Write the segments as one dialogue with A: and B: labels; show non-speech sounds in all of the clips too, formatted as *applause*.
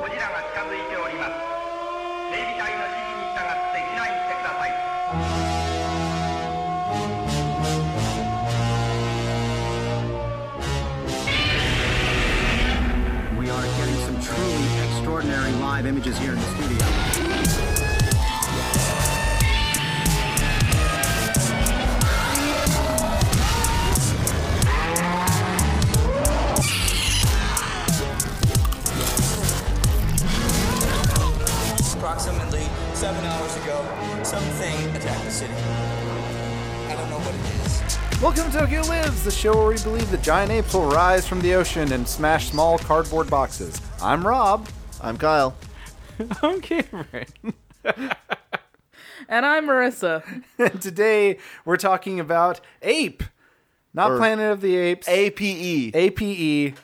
A: ゴジラが近づいております警備隊の指示に従って避難してください
B: We are getting some truly extraordinary live images here in the studio.
C: Approximately seven hours ago, something attacked the city. I don't know what it is.
D: Welcome to Tokyo Lives, the show where we believe that giant apes will rise from the ocean and smash small cardboard boxes. I'm Rob.
E: I'm Kyle.
F: I'm Cameron. and I'm Marissa.
D: And today we're talking about Ape, not
E: Or-
D: Planet of the Apes.
E: APE.
D: APE,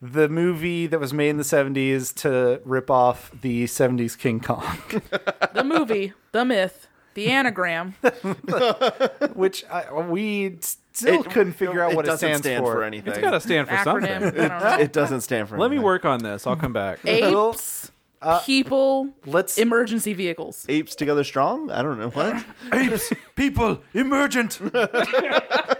D: the movie that was made in the 70s to rip off the 70s King Kong, *laughs*
F: The movie, the myth, the *laughs* anagram.
D: which I, we still couldn't figure out what it,
E: doesn't
D: stands
E: stand for,
D: for.
E: anything.
F: It's got to stand for acronym. something. I don't
E: *laughs*
F: know.
E: it doesn't stand for
F: Let me
E: anything.
F: work on this. I'll come back.
D: Apes,
F: Apes,
E: uh,
F: people,
D: let's-
F: emergency vehicles.
E: Apes together strong? I don't
D: *laughs*
E: know what.
D: Apes, people,
F: *laughs*
D: emergent.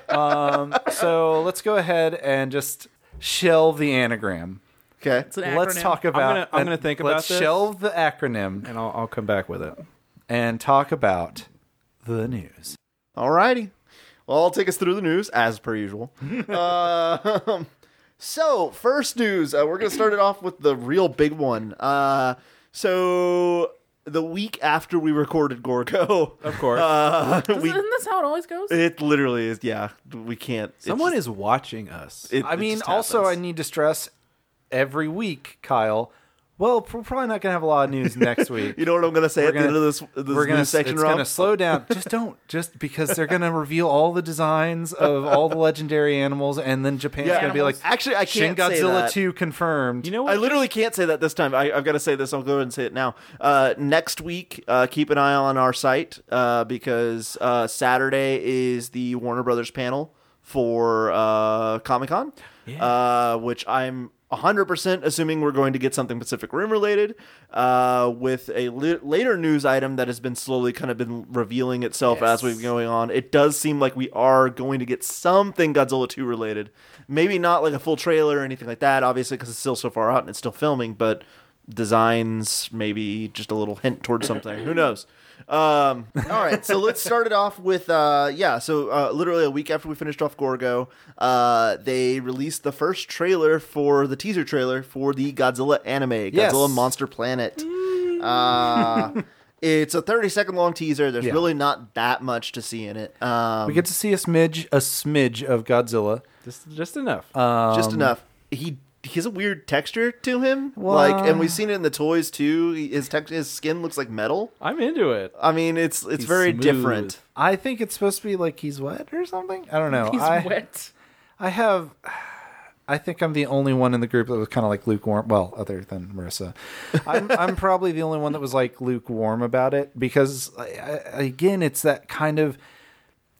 D: um, so let's go ahead and just shelve the anagram.
E: Okay.
F: It's an
D: Let's
F: acronym.
D: talk about.
F: gonna- I'm gonna think about
D: Let's
F: this.
D: shelve the acronym
F: And I'll, I'll come back with it.
D: and talk about the news.
E: Alrighty. Well, I'll take us through the news as per
D: *laughs*
E: usual. uh, so, first news. Uh, we're going to start it off with the real big one. Uh, so, the week after we recorded Gorgo, *laughs*
F: Of course.
E: uh, we,
F: Isn't this how it always goes?
E: it literally is, yeah, we can't. it's
F: Someone
E: just-
F: is watching us.
E: it-
D: I
E: it
D: mean,
E: just
D: also, I
E: happens.
D: need to stress every week, Kyle. Well, we're probably not going to have a lot of news
F: *laughs*
D: next week.
E: You know what I'm going to say
D: We're
E: at the end of this, this
D: we're gonna,
E: news section,
D: it's
E: Rob?
D: gonna slow down. just don't, just because they're gonna reveal all the designs of all the legendary animals, and then Japan's
E: Yeah.
D: gonna be like,
F: Animals.
E: Actually, I
D: Shin
E: can't say
D: Godzilla
E: that.
D: two confirmed.
F: you know
E: I
F: what?
E: literally can't say that this time. I, I've got to say this. I'll go ahead and say it now. Uh, next week, uh, keep an eye on our site uh, because uh, Saturday is the Warner Brothers panel for uh, Comic Con, uh, which I'm 100% assuming we're going to get something Pacific Rim related uh, with a li- later news item that has been slowly kind of been revealing itself as we've going on. It does seem like we are going to get something Godzilla 2 related. Maybe not like a full trailer or anything like that, obviously, because it's still so far out and it's still filming, but designs, maybe just a little hint towards something. Who knows? Um, *laughs* all right, so let's start it off with uh, yeah. So uh, literally a week after we finished off Gorgo, uh, they released the first trailer for the teaser trailer for the Godzilla anime, Godzilla
D: Yes.
E: Monster Planet. *laughs* Uh, it's a 30 second long teaser. There's
D: Yeah.
E: really not that much to see in it. Um,
D: we get to see a smidge, a smidge of Godzilla.
F: Just, just enough.
D: Um,
E: just enough. He he has a weird texture to him, like, and we've seen it in the toys too. He- His text, his skin looks like metal.
F: I'm into it.
E: I mean, it's it's
F: He's
E: very
F: smooth.
E: different.
D: I think it's supposed to be like he's wet or something. I don't know.
F: He's
D: I,
E: *laughs*
F: wet.
D: I have. I think I'm the only one in the group that was kind of like lukewarm. Well, other than Marissa,
F: *laughs*
D: I'm, I'm probably the only one that was like lukewarm about it because, I, I, again, it's that kind of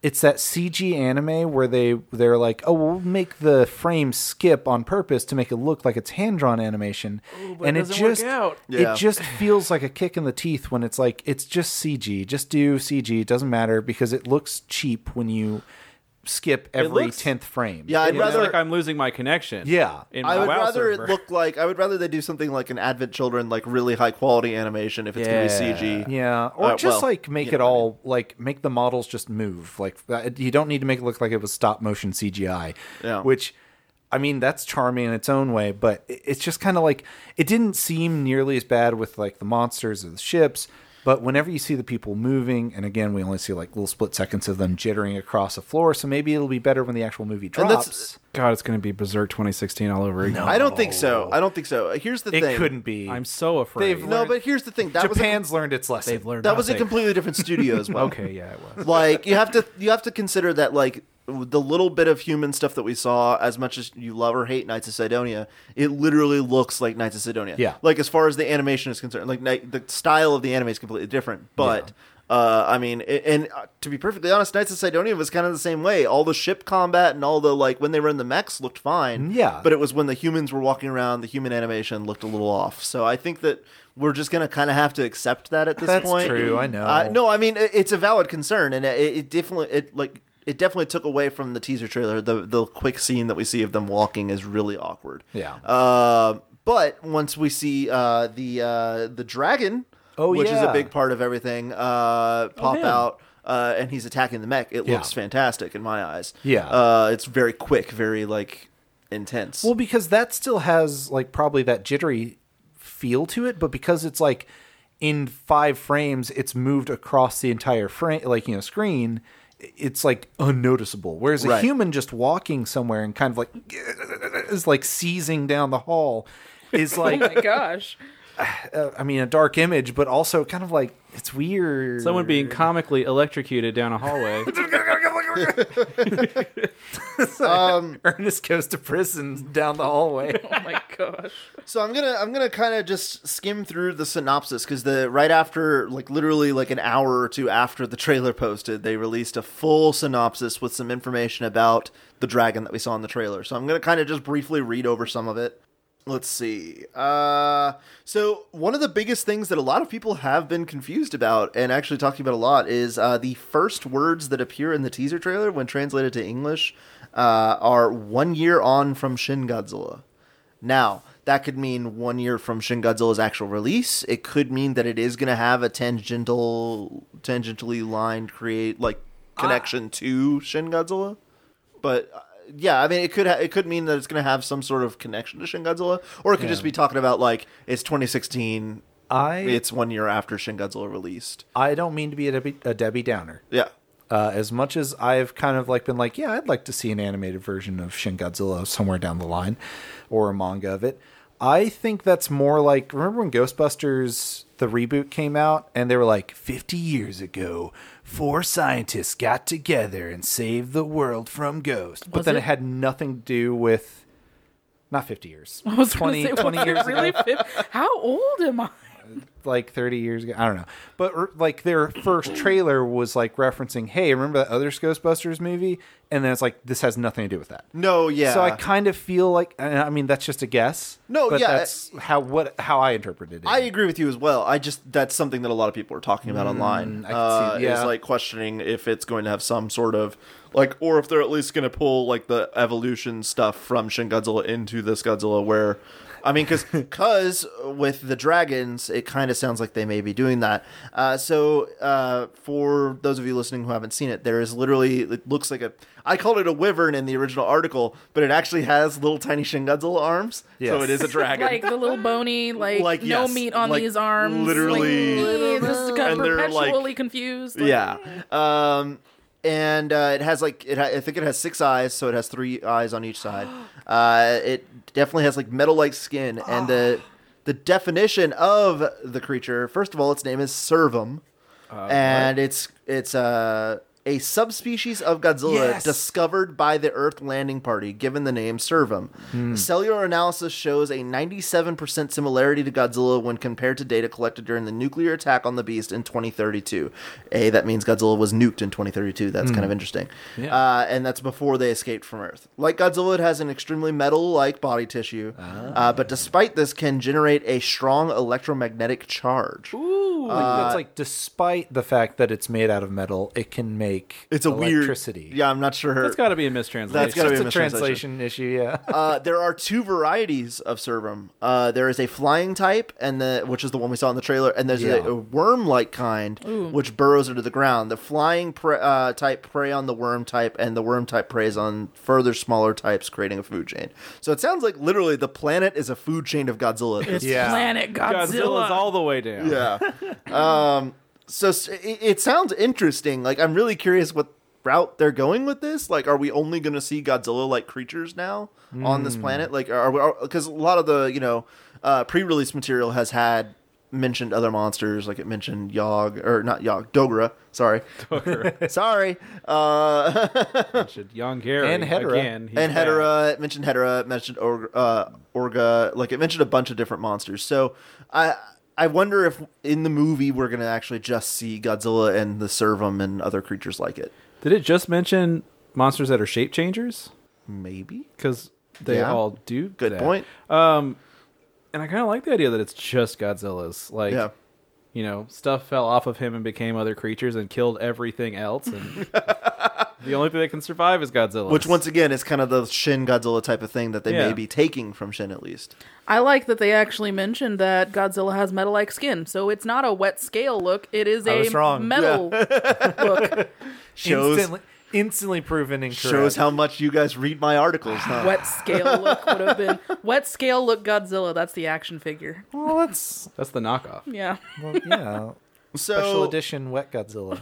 D: it's that CG anime where they they're like, oh, we'll make the frame skip on purpose to make it look like it's hand drawn animation,
F: but
D: and
F: it
D: it
F: doesn't work
D: just
F: out.
E: Yeah.
D: it just feels like a kick in the teeth when it's like it's just CG, just do CG, it doesn't matter because it looks cheap when you skip every
F: looks-
D: tenth frame.
E: Yeah, I'd
F: It's
E: rather
F: like I'm losing my connection.
D: Yeah.
F: In my
E: I would
F: WoW
E: rather
F: server.
E: it look like I would rather they do something like an Advent Children, like really high quality animation if it's gonna be CG.
D: Yeah, or
E: Uh,
D: just
E: well,
D: like make
E: you
D: it
E: know what I
D: all like make the models just move. Like uh, you don't need to make it look like it was stop motion CGI.
E: Yeah.
D: Which, I mean, that's charming in its own way, but it- it's just kind of like it didn't seem nearly as bad with like the monsters or the ships. But whenever you see the people moving, and again, we only see like little split seconds of them jittering across the floor, so maybe it'll be better when the actual movie
E: And that's-
D: drops.
F: God, it's going to be Berserk 2016 all over again.
E: I don't think so. I don't think so. Here's the
D: Oh. It
E: thing.
D: couldn't be.
F: I'm so afraid.
D: They've
E: No, but here's the thing. That was
D: Japan's learned its lesson.
F: They've learned
E: a, that was a
F: nothing.
E: completely different studio
D: *laughs*
E: as well.
F: Okay, yeah, it was.
E: *laughs* like you have to you have to consider that like the little bit of human stuff that we saw as much as you love or hate knights of sidonia it literally looks like knights of sidonia
D: Yeah.
E: like as far as the animation is concerned like ni- the style of the anime is completely different but Uh, I mean, a- and uh, to be perfectly honest, Knights of Sidonia was kind of the same way. All the ship combat and all the like when they were in the mechs looked fine.
D: Mm, Yeah.
E: but it was when the humans were walking around, the human animation looked a little off. So I think that we're just gonna kind of have to accept that at this
D: That's
E: point.
D: true, I know.
E: Uh, no, I mean it, it's a valid concern, and it, it definitely it like. It definitely took away from the teaser trailer. The the quick scene that we see of them walking is really awkward.
D: Yeah.
E: Uh, but once we see uh, the uh, the dragon,
D: Oh,
E: which is a
D: yeah.
E: big part of everything, uh, pop
D: him.
E: out. Uh, and he's attacking the mech. It
D: Yeah.
E: looks fantastic in my eyes.
D: Yeah.
E: uh, it's very quick, very like intense.
D: Well, because that still has like probably that jittery feel to it, but because it's like in five frames, it's moved across the entire frame, like you know, screen. It's like unnoticeable. Whereas a
E: Right.
D: human just walking somewhere and kind of like *laughs* is like seizing down the hall is
F: Oh
D: like
F: *laughs* my gosh.
D: I mean a dark image, but also kind of like it's weird.
G: Someone being comically electrocuted down
E: *laughs*
G: a hallway.
D: *laughs* Ernest goes to prison down the hallway.
F: Oh
E: *laughs*
F: my gosh.
E: So I'm gonna I'm gonna kind of just skim through the synopsis because the right after like literally like an hour or two after the trailer posted, they released a full synopsis with some information about the dragon that we saw in the trailer. So I'm gonna kind of just briefly read over some of it. Let's see. Uh, so one of the biggest things that a lot of people have been confused about and actually talking about a lot is uh, the first words that appear in the teaser trailer when translated to English uh, are one year on from Shin Godzilla. Now, that could mean one year from Shin Godzilla's actual release. It could mean that it is going to have a tangential, tangentially lined create like connection to Shin Godzilla. But uh, yeah, I mean, it could ha- it could mean that it's going to have some sort of connection to Shin Godzilla, or it could just be talking about like it's 2016.
D: I-
E: it's one year after Shin Godzilla released.
D: I don't mean to be a Debbie, a Debbie Downer.
E: Yeah.
D: uh, as much as I've kind of like been like, yeah, I'd like to see an animated version of Shin Godzilla somewhere down the line, or a manga of it. I think that's more like remember when Ghostbusters the reboot came out and they were like 50 years ago four scientists got together and saved the world from ghosts but
F: Was
D: then
F: it?
D: it? had nothing to do with not 50 years
F: *laughs* I was gonna
D: 20
F: say,
D: 20
F: was it
D: years
F: *laughs* really
D: ago
F: fif- How old am I?
D: like 30 years ago. I don't know. But r- like their first trailer was like referencing, hey, remember that other Ghostbusters movie? And then it's like, this has nothing to do with that.
E: No, yeah.
D: So I kind of feel like, and I mean, that's just a guess.
E: No,
D: but
E: yeah.
D: That's how, what, how I interpreted it. Mm,
E: I agree with you as well. I just that's something that a lot of people are talking about online.
D: I can see-
E: uh, Is
D: yeah.
E: like questioning if it's going to have some sort of like, or if they're at least going to pull like the evolution stuff from Shin Godzilla into this Godzilla. Where, I mean,
D: *laughs*
E: because with the dragons, it kind of sounds like they may be doing that. Uh, so uh, for those of you listening who haven't seen it, there is literally it looks like a. I called it a wyvern in the original article, but it actually has little tiny Shin Godzilla arms. So
D: Yes. *laughs*
E: it is a dragon.
F: Like the little
E: *laughs*
F: bony, like,
E: Like,
F: no
E: yes,
F: meat on
E: like,
F: these arms.
E: literally-
F: Like, eh, this got
E: And they're, like-
F: perpetually confused. Like,
E: yeah um and uh, it has like it ha- i think it has six eyes so it has three eyes on each side uh it definitely has like metal like skin and the the definition of the creature first of all its name is servum and it's it's uh a subspecies of Godzilla
D: Yes.
E: discovered by the Earth landing party, given the name Servum. Cellular analysis shows a 97% similarity to Godzilla when compared to data collected during the nuclear attack on the beast in 2032. A, that means Godzilla was nuked in 2032. That's kind of interesting. Uh, and that's before they escaped from Earth. Like Godzilla, it has an extremely metal like body tissue, uh, but despite this, can generate a strong electromagnetic charge.
D: Ooh, like,
E: uh,
D: that's like, despite the fact that it's made out of metal, it can make
E: It's a
D: electricity.
E: weird. Yeah, I'm not sure.
G: That's got to be a mistranslation.
E: That's gotta be
D: It's
E: a
D: a
E: mistranslation.
D: translation issue,
E: *laughs*
D: yeah.
E: Uh, there are two varieties of Servum. Uh, there is a flying type, and the which is the one we saw in the trailer, and there's
D: Yeah.
E: a, a worm-like kind which burrows into the ground. The flying pre- uh, type prey on the worm type, and the worm type preys on further smaller types, creating a food chain. So it sounds like literally the planet is a food chain of Godzilla. at this
F: It's
D: Yeah.
F: Planet Godzilla.
G: Godzilla's all the way down.
E: yeah. um, so s- it, it sounds interesting. Like I'm really curious what route they're going with this. Like, are we only going to see Godzilla-like creatures now on this planet? Like, are because a lot of the you know uh, pre-release material has had mentioned other monsters. Like it mentioned Yog or not Yog Dogra. Sorry, *laughs* sorry. Uh,
G: Should Young Gary
D: And Hedorah.
G: again. he's
E: and
G: back.
E: Hedera, it mentioned Hedera, it mentioned Org, uh, Orga, like it mentioned a bunch of different monsters. So I I wonder if in the movie we're gonna actually just see Godzilla and the Servum and other creatures like it.
G: Did it just mention monsters that are shape changers?
E: Maybe.
G: Because they
E: Yeah.
G: all do.
E: Good
G: that.
E: point.
G: And I kind of like the idea that it's just Godzilla's. Like,
E: Yeah.
G: you know, stuff fell off of him and became other creatures and killed everything else.
E: *laughs*
G: And the only thing that can survive is Godzilla.
E: Which once again is kind of the Shin Godzilla type of thing that they may
G: Yeah.
E: be taking from Shin at least.
F: I like that they actually mentioned that Godzilla has metal like skin, so it's not a wet scale look, it is
D: I
F: a
D: was wrong. *laughs*
F: metal look.
E: Shows
D: instantly, instantly proven incorrect.
E: shows how much you guys read my articles, huh?
F: Wet scale look would have been wet scale look Godzilla, that's the action figure.
D: Well, that's
G: That's the knockoff.
F: Yeah. *laughs*
D: well,
E: *laughs*
D: yeah. Special
E: so
D: edition wet Godzilla.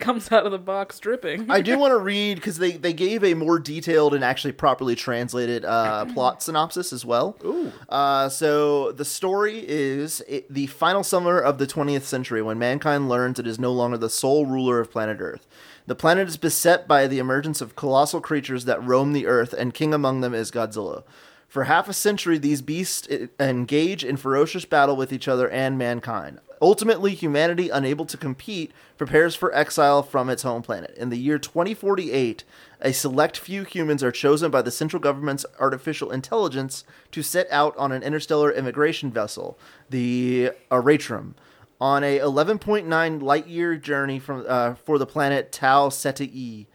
F: Comes out of the box dripping.
E: I do want to read because they, they gave a more detailed and actually properly translated uh, plot synopsis as well. Ooh. Uh, so the story is it, the final summer of the 20th century when mankind learns it is no longer the sole ruler of planet Earth. The planet is beset by the emergence of colossal creatures that roam the Earth, and king among them is Godzilla. For half a century, these beasts eh, engage in ferocious battle with each other and mankind. Ultimately, humanity, unable to compete, prepares for exile from its home planet. In the year 2048, a select few humans are chosen by the central government's artificial intelligence to set out on an interstellar immigration vessel, the Aratrum, on a 11.9 light year journey from uh, for the planet Tau Ceti.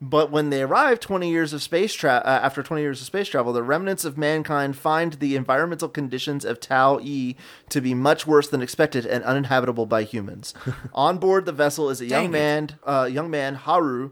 E: But when they arrive 20 years of space tra- uh, after 20 years of space travel, the remnants of mankind find the environmental conditions of Tau E to be much worse than expected and uninhabitable by humans. On board the vessel is a young man, uh, young man Haru,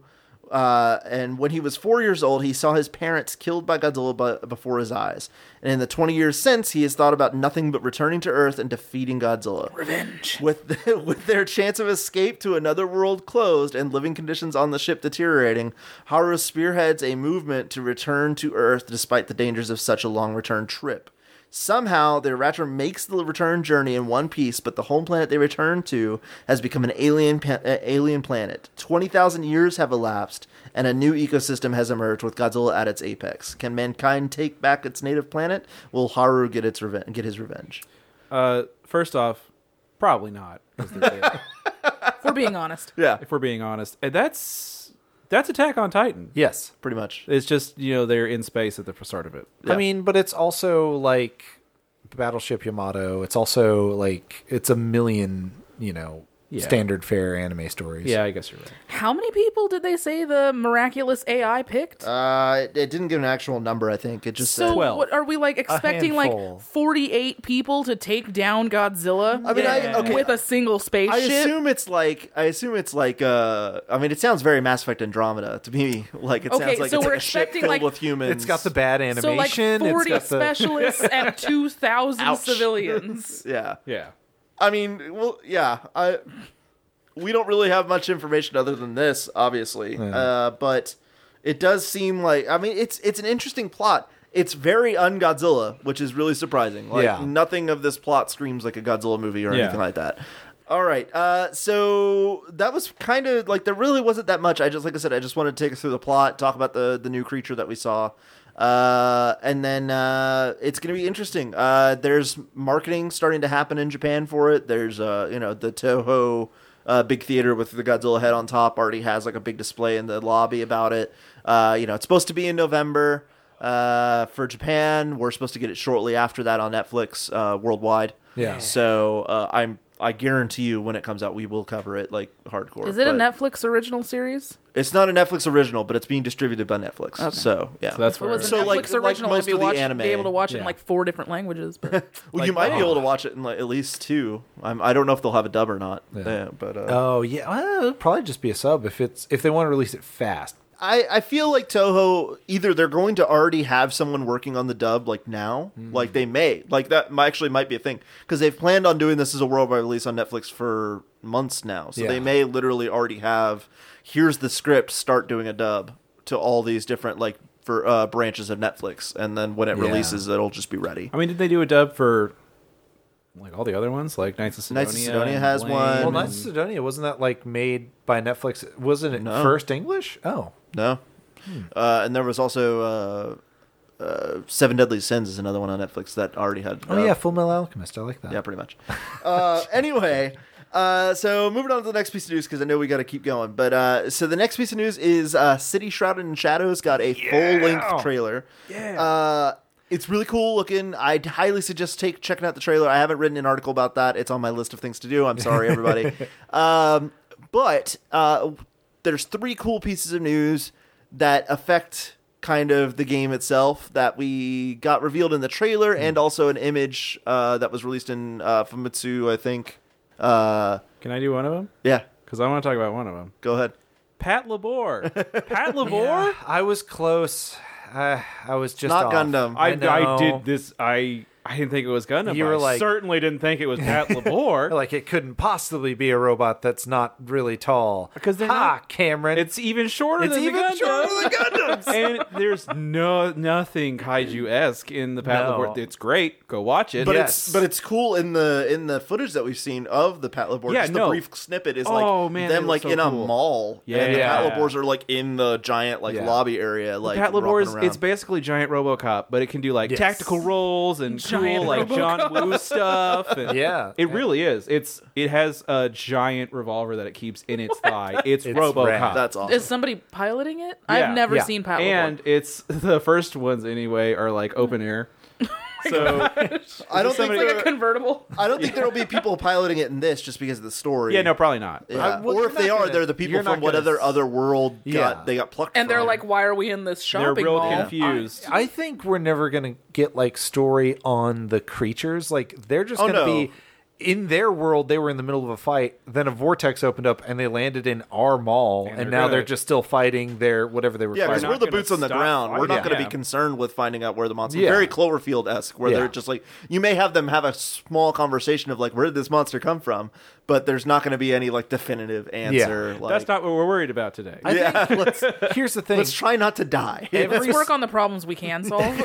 E: uh, and when he was four years old, he saw his parents killed by Godzilla bu- before his eyes. And in the 20 years since, he has thought about nothing but returning to Earth and defeating Godzilla. Revenge. With, *laughs* with their chance of escape to another world closed and living conditions on the ship deteriorating, Haru spearheads a movement to return to Earth despite the dangers of such a long return trip. Somehow, the Ratcher makes the return journey in one piece, but the home planet they return to has become an alien pa- uh, alien planet. Twenty thousand years have elapsed, and a new ecosystem has emerged with Godzilla at its apex. Can mankind take back its native planet? Will Haru get its reven- get his revenge?
G: Uh, first off, probably not. 'cause
E: *laughs*
G: they're there,
F: If we're being honest.
E: Yeah,
G: if we're being honest, and that's that's Attack on Titan.
D: yes.
E: pretty much.
G: It's just you know they're in space at the start of it.
E: Yeah.
D: I mean, but it's also like Battleship Yamato. It's also like it's a million, you know,
G: Yeah.
D: standard fare anime stories.
G: Yeah, I guess you're right.
F: How many people did they say the miraculous AI picked?
E: Uh, it, it didn't give an actual number. I think it just
F: so
E: said.
G: Twelve.
F: what are we like expecting
D: handful.
F: like 48 people to take down Godzilla?
E: I mean, I, okay.
F: with a single
E: I
F: spaceship.
E: assume it's like I assume it's like uh I mean it sounds very Mass Effect Andromeda to me *laughs* like it
F: Okay,
E: sounds like
F: so
E: it's
F: we're
E: like a ship
F: expecting,
E: filled
F: like-
E: with humans
D: It's got the bad
F: so like
D: animation.
F: 40
D: it's got the
F: specialists
E: *laughs*
F: and 2,000
E: Ouch.
F: civilians.
E: yeah
G: Yeah.
E: I mean, well, yeah. I we don't really have much information other than this, obviously. Uh, but it does seem like I mean, it's it's an interesting plot. It's very un-Godzilla, which is really surprising. Like
D: Yeah.
E: nothing of this plot screams like a Godzilla movie or
G: Yeah.
E: anything like that. All right. Uh, so that was kind of like there really wasn't that much. I just like I said, I just wanted to take us through the plot, talk about the the new creature that we saw. Uh, and then uh, it's going to be interesting. Uh, there's marketing starting to happen in Japan for it. There's uh, you know the Toho uh, big theater with the Godzilla head on top already has like a big display in the lobby about it. Uh, you know it's supposed to be in November uh, for Japan. We're supposed to get it shortly after that on Netflix uh, worldwide.
D: Yeah.
E: So uh, I'm I guarantee you when it comes out we will cover it like hardcore.
F: Is it a
E: but-
F: Netflix original series?
E: It's not a Netflix original, but it's being distributed by Netflix. So yeah.
G: So that's
F: If it
G: where
F: was a
E: So,
F: Netflix
E: like-
F: original,
E: like most
F: I'd be,
E: of the
F: watch-
E: anime.
F: be able to watch it
G: Yeah.
F: in like four different languages.
E: *laughs*
F: But
E: well, you might be able to watch it in like, at least two. I'm, I don't know if they'll have a dub or not. Yeah. but uh,
D: Oh yeah, well, it'll probably just be a sub if it's if they want to release it fast.
E: I, I feel like Toho either they're going to already have someone working on the dub like now,
D: Mm.
E: like they may, like that might, actually might be a thing because they've planned on doing this as a worldwide release on Netflix for months now. So they
D: Yeah.
E: may literally already have here's the script, start doing a dub to all these different like for uh, branches of Netflix, and then when it
D: Yeah. Hmm.
E: releases, it'll just be ready.
G: I mean, did they do a dub for like all the other ones, like Knights of Sidonia?
E: Knights of Sidonia
G: and
E: has
G: Blame
E: one.
D: Well,
G: and-
D: Knights of Sidonia wasn't that like made by Netflix? Wasn't it
E: No.
D: first English? Oh,
E: No, uh, and there was also uh, uh, Seven Deadly Sins is another one on Netflix that already had.
D: Oh
E: uh,
D: yeah, Full Metal Alchemist. I like that.
E: yeah, pretty much. Uh, anyway, uh, so moving on to the next piece of news because I know we got to keep going. But uh, so the next piece of news is uh, City Shrouded in Shadows got a full length trailer. Yeah. Uh, it's really cool looking. I highly suggest take checking out the trailer. I haven't written an article about that. It's on my list of things to do. I'm sorry, everybody. um, but uh, there's three cool pieces of news that affect kind of the game itself that we got revealed in the trailer and also an image uh, that was released in uh, Famitsu, I think. Uh,
G: Can I do one of them?
E: yeah,
G: Because I want to talk about one of them.
E: go ahead.
G: Pat Labor. Pat Labor.
D: I was close. I, I was just
E: Not
D: off.
E: Gundam.
G: I, I,
D: know.
G: did this. I I didn't think it was Gundam.
D: You
G: but
D: were
G: I
D: like-
G: certainly didn't think
D: *laughs*
G: it was Pat Labor.
D: Like it couldn't possibly be a robot that's not really tall.
G: 'Cause they're
D: ha,
G: not-
D: Cameron.
G: it's even shorter
D: It's
G: than
D: even
G: the Gundam.
D: shorter than
G: Gundams. *laughs* and there's no nothing kaiju esque in the Pat
D: No.
G: Labor. It's great. Go watch it.
E: But
D: Yes.
E: it's but it's cool in the in the footage that we've seen of the Patlabor.
G: Yeah,
E: just
G: no.
E: the brief snippet is
G: Oh,
E: like
G: man, they
E: them
G: look
E: like
G: so
E: in a
G: cool.
E: mall.
G: Yeah,
E: and the
G: yeah.
E: Patlabors are like in the giant like
D: Yeah.
E: lobby area. Like
G: Pat Labor
E: walking
G: is
E: around.
G: it's basically giant RoboCop, but it can do like
D: Yes.
G: tactical roles and
F: Giant
G: cool like John
D: *laughs*
G: Woo stuff. and-
D: Yeah.
G: it really is. It's it has a giant revolver that it keeps
D: *laughs*
G: in its thigh. It's, RoboCop.
D: rad.
E: that's awesome.
F: Is somebody piloting it?
G: Yeah.
F: I've never
D: Yeah.
F: seen Pat
G: and
F: LaBorde.
G: it's *laughs* the first ones anyway are like open air. so
E: I don't think
G: somebody-
E: there,
F: Like a
E: *laughs*
F: convertible.
E: I don't think there will be people piloting it in this just because of the story.
G: yeah, no, probably not.
E: Yeah.
D: I- well,
E: or
D: you're
E: if they
D: not
E: are,
D: gonna-
E: they're the people
D: you're not
E: from what
D: gonna
E: other
D: s-
E: other world
D: Yeah.
E: got they got plucked.
F: And they're
E: from.
F: like, why are we in this
G: They're
F: shopping
G: real
F: mall?
G: confused.
D: I think we're never gonna get like story on the creatures. Like they're just
E: Oh,
D: gonna
E: no.
D: be in their world. They were in the middle of a fight, then a vortex opened up, and they landed in our mall, and,
G: they're
D: now
G: gonna-
D: they're just still fighting their whatever they were.
E: yeah, because
D: fighting.
G: They're
E: we're
G: not
E: the
G: gonna
E: boots on the
G: stop
E: ground. We're not
G: fighting.
E: going to
G: Yeah.
E: be concerned with finding out where the monster.
D: Yeah.
E: Very Cloverfield esque, where
D: Yeah.
E: they're just like you may have them have a small conversation of like, where did this monster come from? But there's not going to be any like definitive answer. Like,
G: That's not what we're worried about today.
D: I think, *laughs* let's, here's the thing.
E: *laughs* Let's try not to die.
D: Every
F: Let's work on the problems we
E: *laughs*
F: can solve.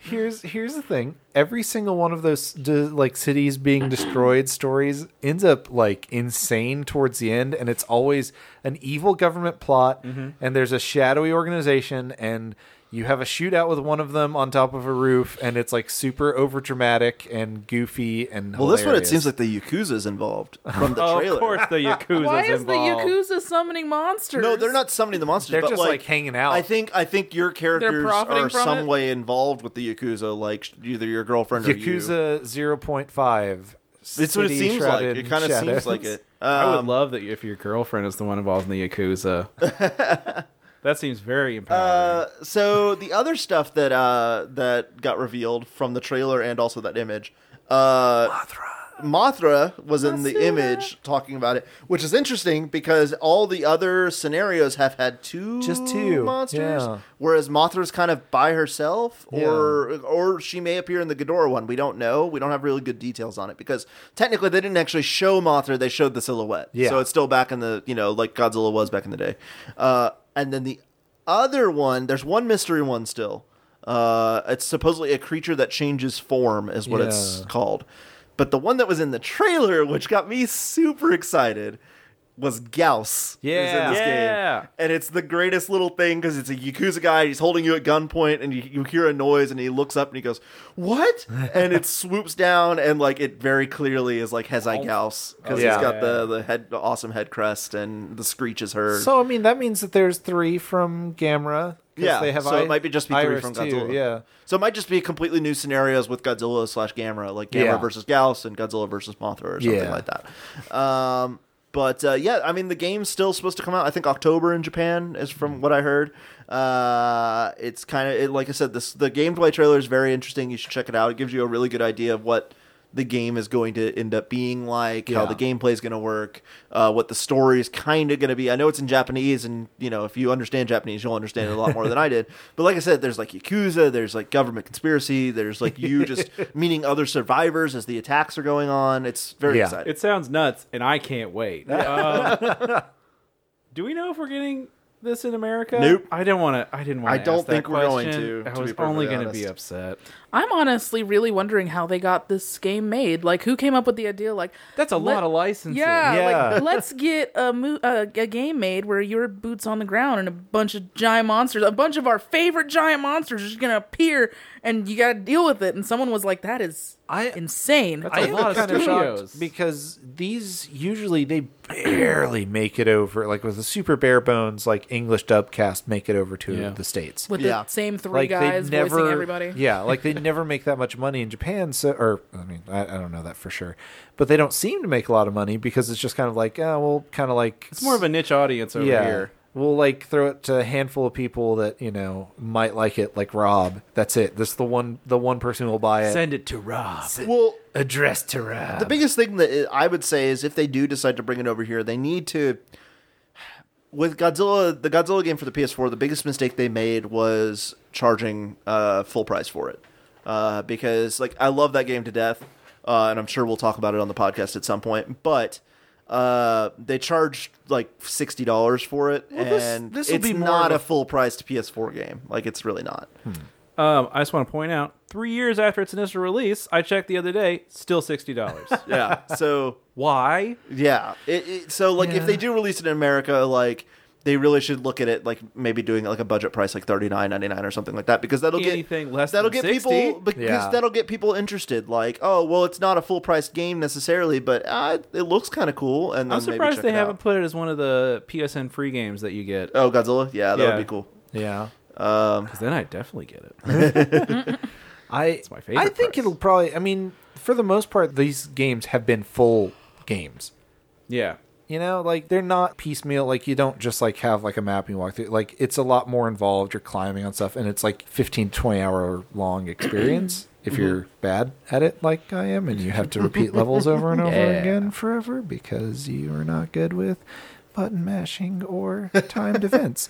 D: here's here's the thing every single one of those d- like cities being destroyed stories ends up like insane towards the end and it's always an evil government plot
E: Mm-hmm.
D: and there's a shadowy organization and you have a shootout with one of them on top of a roof and it's like super over dramatic and goofy and
E: well, this one it
D: hilarious.
E: seems like the Yakuza's
D: *laughs*
E: involved from the trailer.
G: Of course,
E: *laughs*
G: the Yakuza's
F: why is
G: involved.
F: the Yakuza summoning monsters?
E: No, they're not summoning the monsters.
D: They're
E: but,
D: just, like, hanging out.
E: I think I think your characters
F: profiting
E: are
F: from
E: some
F: it?
E: way involved with the yakuza, like sh- either your girlfriend or you.
D: yakuza 0.5
E: It's what it
D: City
E: seems like.
D: Shrouded
E: It kind of
D: Shadows.
E: seems like it.
G: I would
E: Um,
G: love that if your girlfriend is the one involved in the Yakuza.
E: *laughs*
G: that seems very empowering.
E: uh, so the other stuff that uh, that got revealed from the trailer and also that image, uh, Mothra. was in the
F: Masura.
E: image talking about it, which is interesting because all the other scenarios have had two
D: Just two,
E: monsters,
D: yeah.
E: whereas Mothra's kind of by herself, or or she may appear in the Ghidorah one. We don't know. We don't have really good details on it because technically they didn't actually show Mothra; they showed the silhouette.
D: Yeah.
E: So it's still back in the you know like Godzilla was back in the day. Uh, and then the other one, there's one mystery one still. Uh, it's supposedly a creature that changes form, is what it's
D: Yeah.
E: called. But the one that was in the trailer, which got me super excited, was Gauss. who's
D: Yeah.
E: in this
G: Yeah.
E: game. And it's the greatest little thing because it's a Yakuza guy. He's holding you at gunpoint, and you, you hear a noise, and he looks up and he goes, "What?" and it swoops down, and like it very clearly is like Hezai Gauss because
D: Oh. Yeah.
E: he's got the the head, the awesome head crest, and the screech is heard.
D: So I mean that means that there's three from Gamera. 'cause
E: Yeah,
D: they have
E: so
D: I-
E: it might be just be
D: Iris
E: three from
D: too,
E: Godzilla.
D: yeah,
E: so it might just be completely new scenarios with Godzilla slash Gamera, like Gamera
D: Yeah.
E: versus Gauss and Godzilla versus Mothra or something
D: Yeah.
E: like that. Um, but uh, yeah, I mean the game's still supposed to come out. I think October in Japan is
D: Mm-hmm.
E: from what I heard. Uh, it's kind of it, like I said, this the gameplay trailer is very interesting. You should check it out. It gives you a really good idea of what the game is going to end up being like, how
D: Yeah.
E: the gameplay is going to work, uh, what the story is kind of going to be. I know it's in Japanese, and you know if you understand Japanese, you'll understand it a lot more than
D: *laughs*
E: I did. But like I said, there's like yakuza, there's like government conspiracy, there's like you
D: *laughs*
E: just meeting other survivors as the attacks are going on. It's very
D: Yeah.
E: exciting. *laughs*
G: it sounds nuts, and I can't wait. Um, do we know if we're getting this in America?
E: Nope.
G: I don't want to. I didn't want.
E: I don't think we're going to,
G: I
E: to
G: was
E: be perfectly
G: only gonna
E: honest.
G: be upset.
F: I'm honestly really wondering how they got this game made. Like, who came up with the idea? Like,
G: That's a lot of licenses.
F: Yeah,
D: Yeah.
F: like let's get a, mo- a a game made where your boots on the ground and a bunch of giant monsters, a bunch of our favorite giant monsters, are just gonna appear, and you gotta deal with it. And someone was like, "That is
D: I-
F: insane."
G: That's
D: I
G: a
D: am
G: lot of
D: kind
G: studios.
D: of shocked because these usually they barely make it over, like with the super bare bones, like English dub cast make it over to
G: Yeah.
D: the states.
F: with
E: Yeah.
F: the same three
D: like
F: guys
D: they never,
F: voicing everybody.
D: yeah, like they never make that much money in Japan. So, or I mean, I, I don't know that for sure, but they don't seem to make a lot of money because it's just kind of like, oh, well, kind of like
G: It's more of a niche audience over here.
D: We'll like throw it to a handful of people that you know might like it, like Rob. That's it. That's the one. The one person who will buy it.
G: it to Rob.
E: Well,
D: Address to Rob.
E: the biggest thing that I would say is if they do decide to bring it over here, they need to. With Godzilla, the Godzilla game for the PS4, the biggest mistake they made was charging uh, full price for it, uh, because like I love that game to death, uh, and I'm sure we'll talk about it on the podcast at some point. But uh, they charged like sixty dollars for it,
D: this-
E: and
D: this will
E: it's
D: be more
E: not
D: of a-
E: a full priced PS4 game. Like it's really not.
G: Um, I just want to point out, three years after its initial release, I checked the other day, still
E: *laughs*
G: sixty dollars.
E: Yeah. So
G: Why?
E: Yeah. It, it, so like if they do release it in America, like they really should look at it like maybe doing like a budget price like thirty nine ninety nine or something like that because that'll get
G: Anything less
E: that'll
G: than
E: get
G: 60?
E: people because
D: Yeah.
E: that'll get people interested. Like oh well, it's not a full price game necessarily, but uh, it looks kind of cool. And then
G: I'm
E: maybe
G: surprised
E: check
G: they
E: it
G: haven't
E: out.
G: put it as one of the PSN free games that you get.
E: Oh Godzilla, yeah, that
G: Yeah.
E: would be cool.
D: yeah.
G: Because then I definitely get
E: *laughs*
G: it.
D: I it's
G: my favorite
D: I think
G: price.
D: it'll probably. I mean, for the most part, these games have been full games.
G: yeah.
D: You know, like they're not piecemeal. Like you don't just like have like a map you walk through. Like it's a lot more involved. You're climbing on stuff, and it's like 15, 20 hour long *clears throat* experience
G: Mm-hmm.
D: if you're bad at it, like I am, and you have to repeat
G: *laughs*
D: levels over and over again forever because you are not good with button mashing or *laughs* timed events.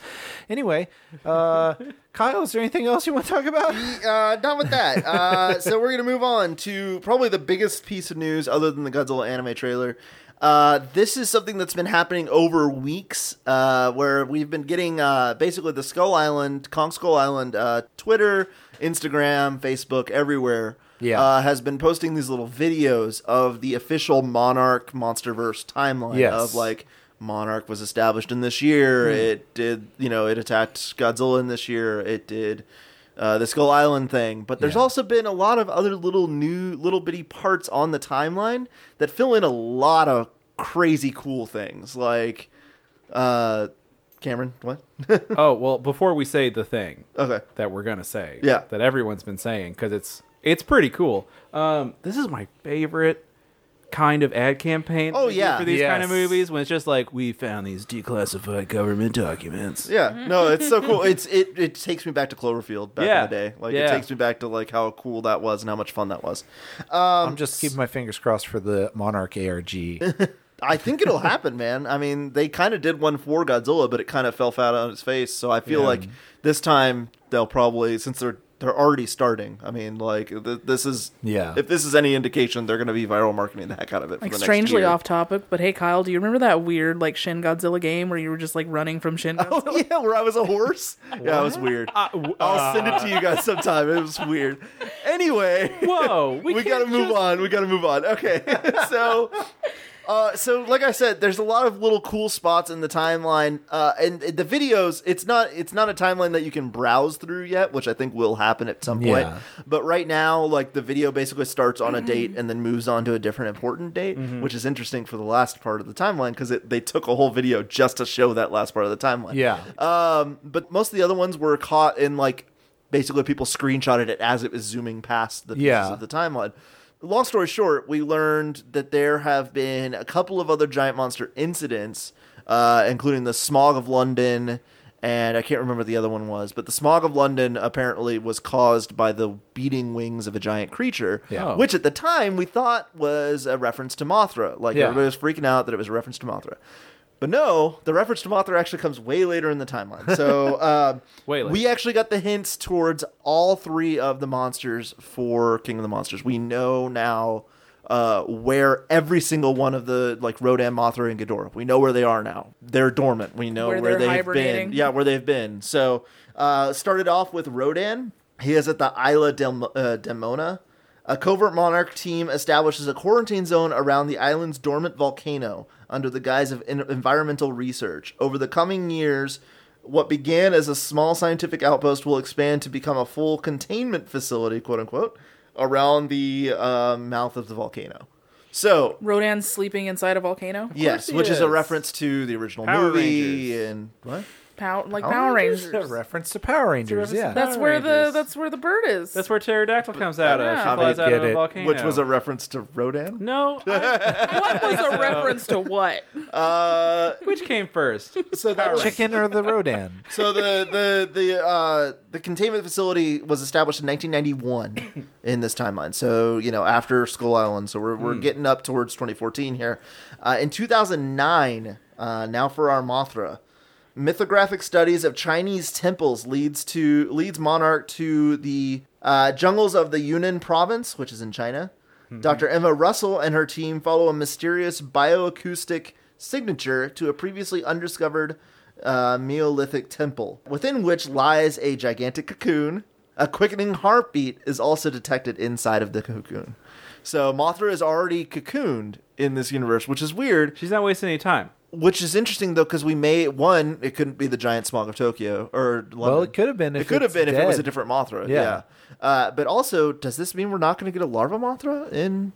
D: Anyway, uh, Kyle, is there anything else you want to talk about?
E: uh, done with that. Uh, so we're gonna move on to probably the biggest piece of news other than the Godzilla anime trailer. Uh, this is something that's been happening over weeks, uh, where we've been getting uh, basically the Skull Island, Kong Skull Island, uh, Twitter, Instagram, Facebook, everywhere.
D: Yeah.
E: uh, has been posting these little videos of the official Monarch MonsterVerse timeline
D: Yes.
E: of like Monarch was established in this year. It did, you know, it attacked Godzilla in this year. It did uh, the Skull Island thing. But there's
D: Yeah.
E: also been a lot of other little new, little bitty parts on the timeline that fill in a lot of crazy cool things. Like, uh, Cameron, what?
G: Oh well, before we say the thing
E: okay.
G: that we're gonna say,
E: Yeah.
G: that everyone's been saying because it's it's pretty cool. Um, this is my favorite kind of ad campaign.
E: Oh,
G: they do
E: yeah.
G: for these kind of
D: Yes.
G: movies when it's just like we found these declassified government documents.
E: Yeah, no, it's so cool. It's it it takes me back to Cloverfield back
G: Yeah,
E: in the day. Like it
G: yeah.
E: takes me back to like how cool that was and how much fun that was.
D: I'm just keeping my fingers crossed for the Monarch
E: *laughs*
D: ARG.
E: I think it'll happen, man. I mean, they kind of did one for Godzilla, but it kind of fell flat on its face. So I feel like this time they'll probably since they're they're already starting. I mean, like th- this is
D: Yeah.
E: If this is any indication, they're going to be viral marketing the heck out of it. For
F: Like
E: the next
F: strangely
E: year. *laughs*
F: off topic, but hey, Kyle, do you remember that weird like Shin Godzilla game where you were just like running from Shin?
E: *laughs*
F: Godzilla?
E: Oh yeah, where I was a horse. yeah, it was weird.
G: Uh,
E: I'll send it to you guys sometime. It was weird. Anyway. *laughs*
G: Whoa, we,
E: we, gotta move on. We gotta move on. Okay, *laughs* so. Uh, so, like I said, there's a lot of little cool spots in the timeline, uh, and and the videos. It's not it's not a timeline that you can browse through yet, which I think will happen at some point.
D: Yeah.
E: But right now, like the video basically starts on a date and then moves on to a different important date, which is interesting for the last part of the timeline because they took a whole video just to show that last part of the timeline.
D: Yeah.
G: Uh,
E: Um, but most of the other ones were caught in like basically people screenshotted it as it was zooming past the pieces
D: Yeah.
E: of the timeline. Long story short, we learned that there have been a couple of other giant monster incidents, uh, including the smog of London, and I can't remember what the other one was, but the smog of London apparently was caused by the beating wings of a giant creature,
D: Yeah.
G: Oh.
E: which at the time we thought was a reference to Mothra. Like
D: Yeah.
E: everybody was freaking out that it was a reference to Mothra. But no, the reference to Mothra actually comes way later in the timeline.
G: *laughs*
E: So uh,
G: Way later.
E: we actually got the hints towards all three of the monsters for King of the Monsters. We know now uh, where every single one of the like Rodan, Mothra, and Ghidorah. We know where they are now. They're dormant. We know
F: Where
E: where,
F: they're
E: they've
F: hibernating.
E: been. Yeah, where they've been. So uh, started off with Rodan. He is at the Isla Del- uh, Demona. A covert monarch team establishes a quarantine zone around the island's dormant volcano under the guise of en- environmental research. Over the coming years, what began as a small scientific outpost will expand to become a full containment facility, quote unquote, around the uh, mouth of the volcano. So,
F: Rodan sleeping inside a volcano.
E: yes,
G: he
E: which is. a
G: is.
E: reference to the original
G: Power
E: movie
G: Rangers.
E: and what?
F: Pow- like Power Rangers.
D: A reference to Power Rangers, yeah.
F: That's
G: Power
F: where the
G: Rangers.
F: that's where the bird is.
G: That's where pterodactyl comes out of.
F: Yeah.
G: She flies out
D: get
G: of a
D: it.
G: volcano.
E: Which was a reference to Rodan?
G: no.
E: *laughs*
G: I-
F: what was a reference to what?
E: Uh,
G: which came first?
E: so that
D: Chicken or the Rodan?
E: So the the the uh, the containment facility was established in 1991 in this timeline. So you know after Skull Island. So we're we're getting up towards 2014 here. Uh, in 2009, uh, now for our Mothra, mythographic studies of Chinese temples leads to leads monarch to the uh, jungles of the Yunnan province, which is in China. Dr. Emma Russell and her team follow a mysterious bioacoustic signature to a previously undiscovered uh, Neolithic temple, within which lies a gigantic cocoon. A quickening heartbeat is also detected inside of the cocoon. So Mothra is already cocooned in this universe, which is weird.
G: She's not wasting any time.
E: Which is interesting though, because we may one, it couldn't be the giant smog of Tokyo or London.
D: Well, it could have been
E: It
D: if
E: could have
D: it's
E: been if it was
D: dead.
E: a different Mothra. Yeah.
D: Yeah.
E: Uh, but also, does this mean we're not going to get a larva Mothra in?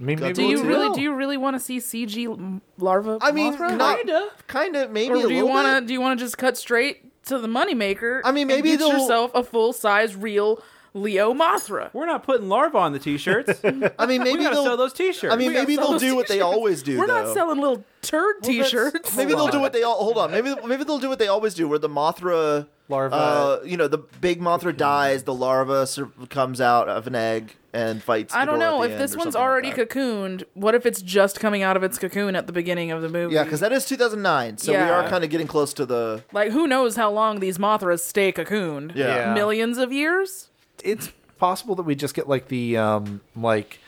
D: I mean, maybe
F: Do you
D: it's-
F: really do you really want to see CG larva?
E: I mean,
F: Mothra?
E: not kind of maybe
F: or
E: a
F: do
E: little
F: you want
E: bit.
F: to do you want to just cut straight to the moneymaker?
E: I mean, maybe
F: and get
E: they'll-
F: yourself a full size real Leo Mothra.
G: We're not putting larvae on the t-shirts. we
F: *laughs*
E: I mean, *laughs* maybe
G: gotta
E: they'll
G: sell those t-shirts.
E: I mean, maybe
F: sell
E: they'll
F: those
E: do what they
F: t-shirts.
E: always do.
F: We're
E: though.
F: not selling little turd *laughs* T-shirts.
E: *laughs* Maybe they'll do what they all hold on. Maybe maybe they'll do what they always do, where the Mothra
D: Larva.
E: uh, you know, the big Mothra dies, the larva sur- comes out of an egg and fights.
F: I don't
E: Ghidorah at
F: know
E: the
F: if
E: end
F: this
E: or
F: one's
E: something like
F: already
E: that.
F: cocooned. What if it's just coming out of its cocoon at the beginning of the movie?
E: Yeah, because that is 2009, so we
F: Yeah.
E: are kind of getting close to the.
F: like who knows how long these Mothras stay cocooned?
E: Yeah.
D: Yeah.
F: millions of years.
D: it's possible that we just get like the um like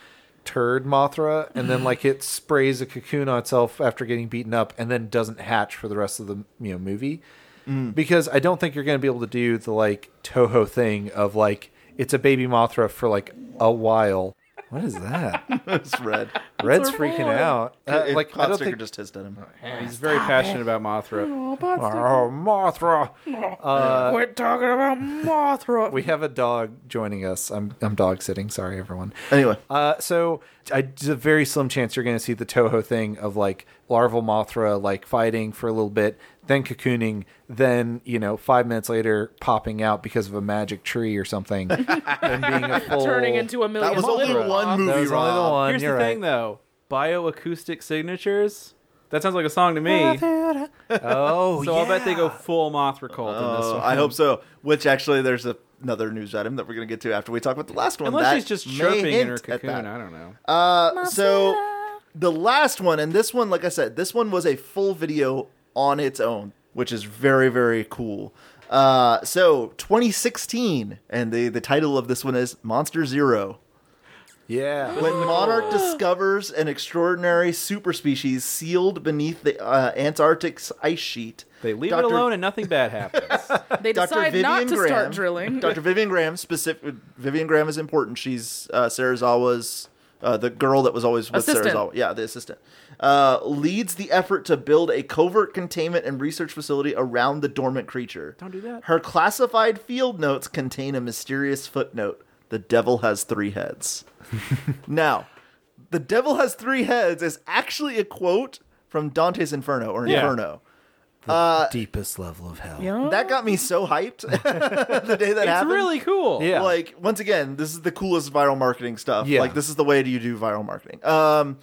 D: turd Mothra, and then like it sprays a cocoon on itself after getting beaten up, and then doesn't hatch for the rest of the you know movie.
E: Mm.
D: Because I don't think you're going to be able to do the like Toho thing of like it's a baby Mothra for like a while. What is that?
E: It's *laughs* red.
D: Red's
F: our
D: freaking
F: boy.
D: out. Uh,
E: If
D: like I
E: Hot
D: don't
E: Sticker
D: think.
E: just hissed at him.
G: He's very
F: Ah,
G: passionate about Mothra.
F: Oh, Pots-
D: Oh, Mothra.
F: *laughs*
D: Uh,
F: we're talking about Mothra.
D: We have a dog joining us. I'm I'm dog sitting. Sorry, everyone.
E: Anyway,
D: Uh, so I, there's a very slim chance you're going to see the Toho thing of like larval Mothra like fighting for a little bit, then cocooning, then you know five minutes later popping out because of a magic tree or
G: *laughs*
D: something and being a full.
F: turning into a million.
E: that was only
F: Mothra.
E: one
D: That
E: movie.
D: was only the
E: Rob.
D: one.
G: Here's the
D: you're
G: thing, though. Bioacoustic signatures. That sounds like a song to me.
D: right. Oh,
G: *laughs* So
D: yeah.
G: I'll bet they go full Mothra cult in this
E: Oh,
G: one.
E: I hope so. Which actually, there's a, another news item that we're going to get to after we talk about the last one.
G: Unless
E: that
G: she's just
E: may
G: chirping in her
E: hint at
G: cocoon.
E: that.
G: I don't know.
E: Uh, so the last one, and this one, like I said, this one was a full video on its own, which is very, very cool. Uh, so 2016, and the, the title of this one is Monster Zero.
D: Yeah.
E: When
G: Oh.
E: Monarch discovers an extraordinary super species sealed beneath the uh, Antarctic's ice sheet,
G: They leave it
E: Dr.
G: alone and nothing bad happens.
F: They
E: Dr.
F: decide
E: Vivian
F: not to
E: Graham,
F: start
E: *laughs*
F: drilling.
E: Dr. Vivian Graham, specific. Vivian Graham is important. She's uh, Sarah Zawa's, uh, the girl that was always with
F: Assistant.
E: Sarah Zawa. Yeah, the assistant. Uh, leads the effort to build a covert containment and research facility around the dormant creature. Don't
G: do that.
E: Her classified field notes contain a mysterious footnote. The devil has three
F: *laughs*
E: heads. now, the devil has three heads is actually a quote from Dante's Inferno or
G: Yeah.
E: Inferno.
D: Deepest level of hell.
F: Yeah.
E: That got me so hyped *laughs* the day that
G: it's
E: happened.
G: really cool.
D: Yeah.
E: Like once again, this is the coolest viral marketing stuff.
D: Yeah.
E: Like this is the way you do viral marketing. Um,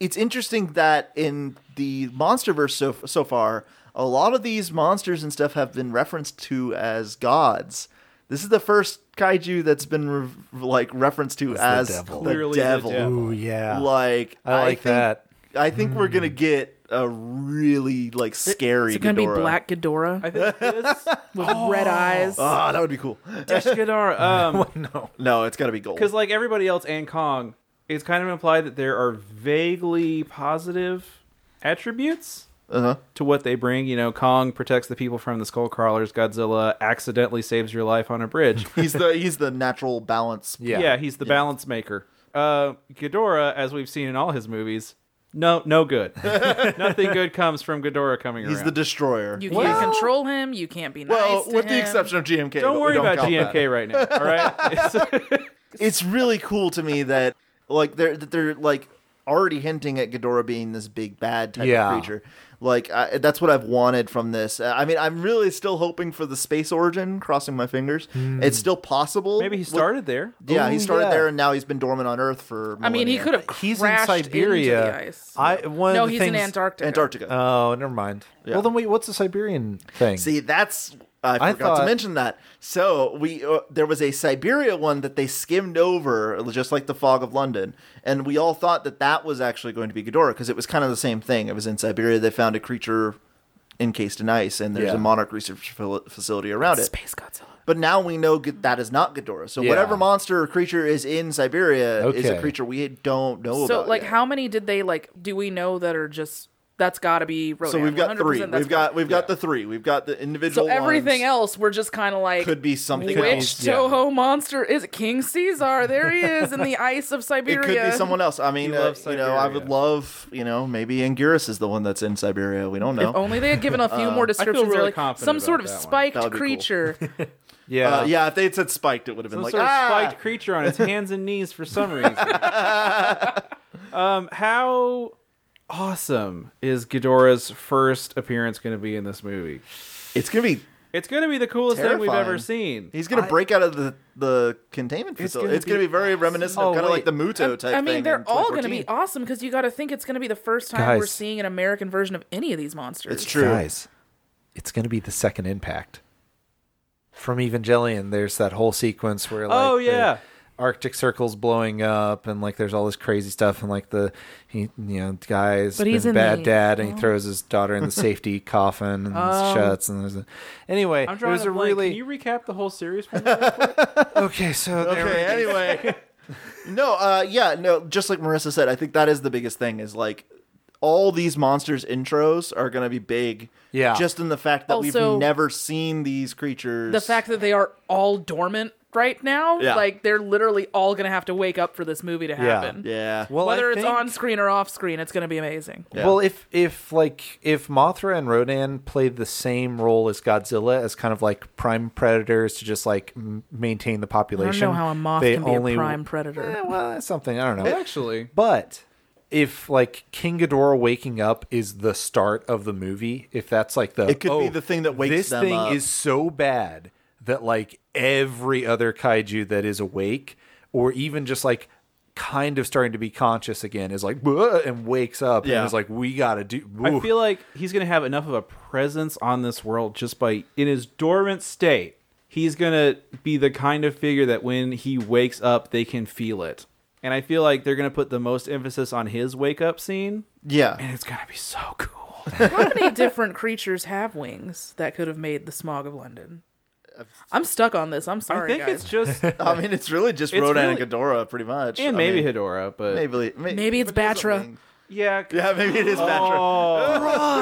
E: it's interesting that in the MonsterVerse so so far, a lot of these monsters and stuff have been referenced to as gods. This is the first kaiju that's been re- like referenced to as
D: devil.
E: the
G: Clearly the
E: devil.
G: devil.
D: Ooh, yeah. *laughs*
E: Like
D: I like
E: think,
D: that. Mm.
E: I think we're gonna get a really like scary.
F: Is it gonna
E: Ghidorah.
F: be Black Ghidorah
G: I Oh.
E: *laughs*
G: think this
F: with red eyes?
E: Ah, that would be cool.
G: Dash Ghidorah. Um,
E: No, it's gotta be
F: *laughs*
E: gold.
G: because like everybody else and Kong, it's kind of implied that there are vaguely positive attributes
E: Uh-huh.
G: to what they bring. You know, Kong protects the people from the skull crawlers. Godzilla accidentally saves your life on
E: *laughs*
G: a bridge.
E: He's the he's the natural balance.
G: yeah. he's the balance maker. Uh, Ghidorah, as we've seen in all his movies, no,
E: *laughs*
G: no good. Nothing good comes from Ghidorah coming
E: He's
G: around.
E: the destroyer.
F: You can't control him. You can't be nice.
E: well,
F: to
E: with the
F: him.
E: exception of GMK. but
G: don't
E: we
G: worry about
E: count
G: GMK
E: that.
G: right now. All right, *laughs* It's-
E: *laughs* It's really cool to me that like they're that they're like already hinting at Ghidorah being this big bad type
D: Yeah.
E: of creature. Like I, that's what I've wanted from this. Uh, I mean, I'm really still hoping for the space origin. Crossing my fingers, it's still possible.
G: maybe he
E: With-
G: started there.
E: yeah,
D: Ooh,
E: he started
D: yeah.
E: there, and now he's been dormant on Earth for.
F: I mean, he
E: millennia.
F: could have
D: He's in
F: crashed
D: Siberia.
F: into the ice.
D: I- one of
F: no,
D: the
F: he's in
D: things-
F: Antarctica.
E: Antarctica.
D: Oh, never mind. Well, then wait, what's the Siberian thing?
E: See, that's I
D: I
E: forgot to
D: thought-
E: mention that. So we uh, there was a Siberia one that they skimmed over, just like the fog of London, and we all thought that that was actually going to be Ghidorah because it was kind of the same thing. It was in Siberia they found a creature encased in ice, and there's
D: Yeah.
E: a monarch research fa- facility around it.
F: Space Godzilla.
E: But now we know G- that is not Ghidorah. So
D: Yeah.
E: whatever monster or creature is in Siberia is a
D: Okay.
E: creature we don't know
F: So,
E: about.
F: like,
E: yet.
F: how many did they like? Do we know that are just? That's got to be. Rodan.
E: So we've got
F: 100%
E: three.
F: that's
E: We've got we've got the three. We've got the
F: So
E: individual.
F: everything
E: ones.
F: else, we're just kind of like
E: could be something
F: Which
E: else.
D: yeah.
F: Toho monster is it? King Caesar? There he is in
E: *laughs*
F: the ice of Siberia.
E: It could be someone else. I mean,
G: He
E: uh,
G: loves
E: you know, I
G: Siberia.
E: would love, you know, maybe Anguirus is the one that's in Siberia. We don't know.
F: If only they had given a few more descriptions.
G: really
F: They're like,
G: confident
F: some
G: about
F: sort of
G: that one.
F: spiked
E: Uh, That would be cool.
F: creature.
D: yeah,
E: Uh, yeah, if they had said spiked, it would have been
G: Some
E: like
G: sort of
E: ah!
G: spiked creature on its hands and knees for some *laughs* reason. um, how awesome is Ghidorah's first appearance going to be in this movie?
E: It's gonna be.
G: It's going to be the coolest thing we've
E: Terrifying.
G: ever seen.
E: He's gonna break out of the, the containment facility.
G: gonna
E: It's gonna
G: be
E: be very reminiscent
G: awesome.
E: of kind
G: Oh,
E: of like the Muto type.
F: I mean,
E: thing
F: they're
E: in
F: all going to be
E: 2014.
F: awesome because you got to think it's going to be the first time we're
D: Guys.
F: seeing an American version of any of these monsters.
E: It's true.
D: Guys, it's going to be the second impact. From Evangelion, there's that whole sequence where like
G: Oh,
D: the
G: yeah.
D: Arctic Circle's blowing up and like there's all this crazy stuff and like the he you know guy's
F: But he's
D: been
F: in
D: bad
F: the- Oh.
D: dad and he throws his daughter
F: *laughs*
D: in the safety coffin and it shuts and there's a anyway
G: I'm
D: it
G: drawing
D: was
G: a
D: a
G: blank.
D: really
G: Can you recap the whole series? For me?
D: okay so there
E: Okay.
F: *laughs*
E: Anyway. no. Uh. Yeah. No. Just like Marissa said, I think that is the biggest thing. Is like. All these monsters intros are gonna be big,
D: Yeah.
E: Just in the fact that
F: Also-
E: we've never seen these creatures.
F: Oh, the fact that they are all dormant right now,
E: Yeah.
F: like they're literally all going to have to wake up for this movie to happen.
E: yeah,
D: well, I
F: Whether it's
D: think-
F: on screen or off screen, it's going to be
E: *laughs*
F: amazing.
E: Yeah.
D: Well, if if like if Mothra and Rodan played the same role as Godzilla as kind of like prime predators to just like m- maintain the
F: I don't
D: population,
F: know how a moth
D: they
F: can
D: only
F: be a prime predator.
D: Eh, well, that's something I don't know.
G: Actually,
D: But if like King Ghidorah waking up is the start of the movie, if that's like the
E: It could be
D: "Oh,
E: the thing that wakes
D: this
E: them
D: thing
E: up."
D: is so bad that like every other kaiju that is awake or even just like kind of starting to be conscious again is like "Whoa," and wakes up
E: Yeah.
D: and is like we gotta do.
G: I
D: oof."
G: feel like he's going to have enough of a presence on this world just by in his dormant state. He's going to be the kind of figure that when he wakes up, they can feel it. And I feel like they're going to put the most emphasis on his wake up scene.
E: yeah.
G: And it's going to be so cool.
F: How many different creatures have wings that could have made the smog of London? I'm stuck on this. I'm
G: I
F: sorry,
G: think
F: guys.
G: it's just
E: I mean, it's really just
G: It's
E: Rodan
G: really-
E: and Ghidorah, pretty much.
G: and
E: I
G: maybe
E: mean,
G: Hedora, but
E: maybe, maybe,
F: Maybe it's Batra.
G: yeah, oh.
E: *laughs*
G: c- *laughs*
E: Yeah, maybe it is Batra.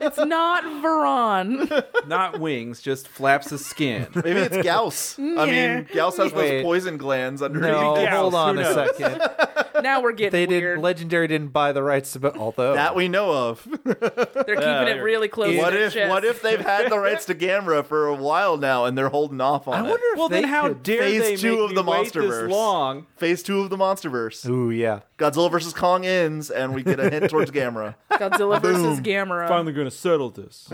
F: It's not
E: *laughs*
F: Varon.
G: not wings, just flaps of *laughs* skin.
E: Maybe
F: *laughs*
E: it's Gauss. I mean, Gauss has
D: Wait.
E: those poison glands underneath.
D: No,
G: Yeah,
D: hold
G: who
D: on a
G: knows?
D: second.
G: *laughs*
F: now we're getting
D: They
F: weird.
D: didn't. Legendary didn't buy the rights to, but although
E: That we know of.
F: They're keeping it really close.
E: *laughs* What
F: to their
E: if?
F: chest.
E: What if they've had the rights to Gamera for a while now, and they're holding off on
D: I
E: it?
D: wonder if
G: well,
D: they
G: then how
D: could-
G: dare
E: Phase
G: they
E: two
G: make
E: of
G: me
E: the
G: wait
E: Monsterverse.
G: this long?
E: Phase two of the MonsterVerse,
D: Ooh, yeah.
E: Godzilla versus Kong ends, and we get a hint
G: *laughs*
E: towards Gamera.
F: Godzilla versus Gamera?
G: going to settle *laughs* this.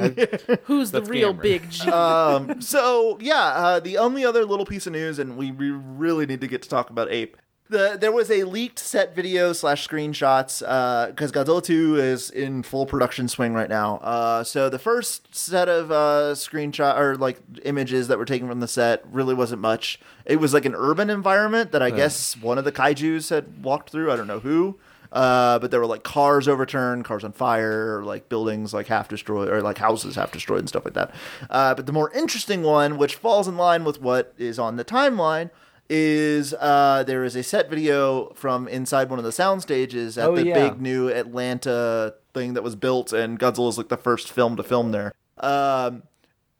F: Who's the
G: That's
F: real
E: *laughs*
G: Gamera.
F: big G?
E: Um, so yeah, uh, the only other little piece of news, and we, we really need to get to talk about Ape. The, there was a leaked set video slash screenshots because Godzilla 2 is in full production swing right now. Uh, so the first set of uh, screenshot or like images that were taken from the set really wasn't much. It was like an urban environment that I guess one of the kaiju's had walked through. I don't know who. Uh, but there were like cars overturned, cars on fire, like buildings like half destroyed, or like houses half destroyed and stuff like that. Uh, but the more interesting one, which falls in line with what is on the timeline, is uh, there is a set video from inside one of the sound stages at
D: Oh,
E: the
D: yeah.
E: big new Atlanta thing that was built, and Godzilla's like the first film to film there. Um,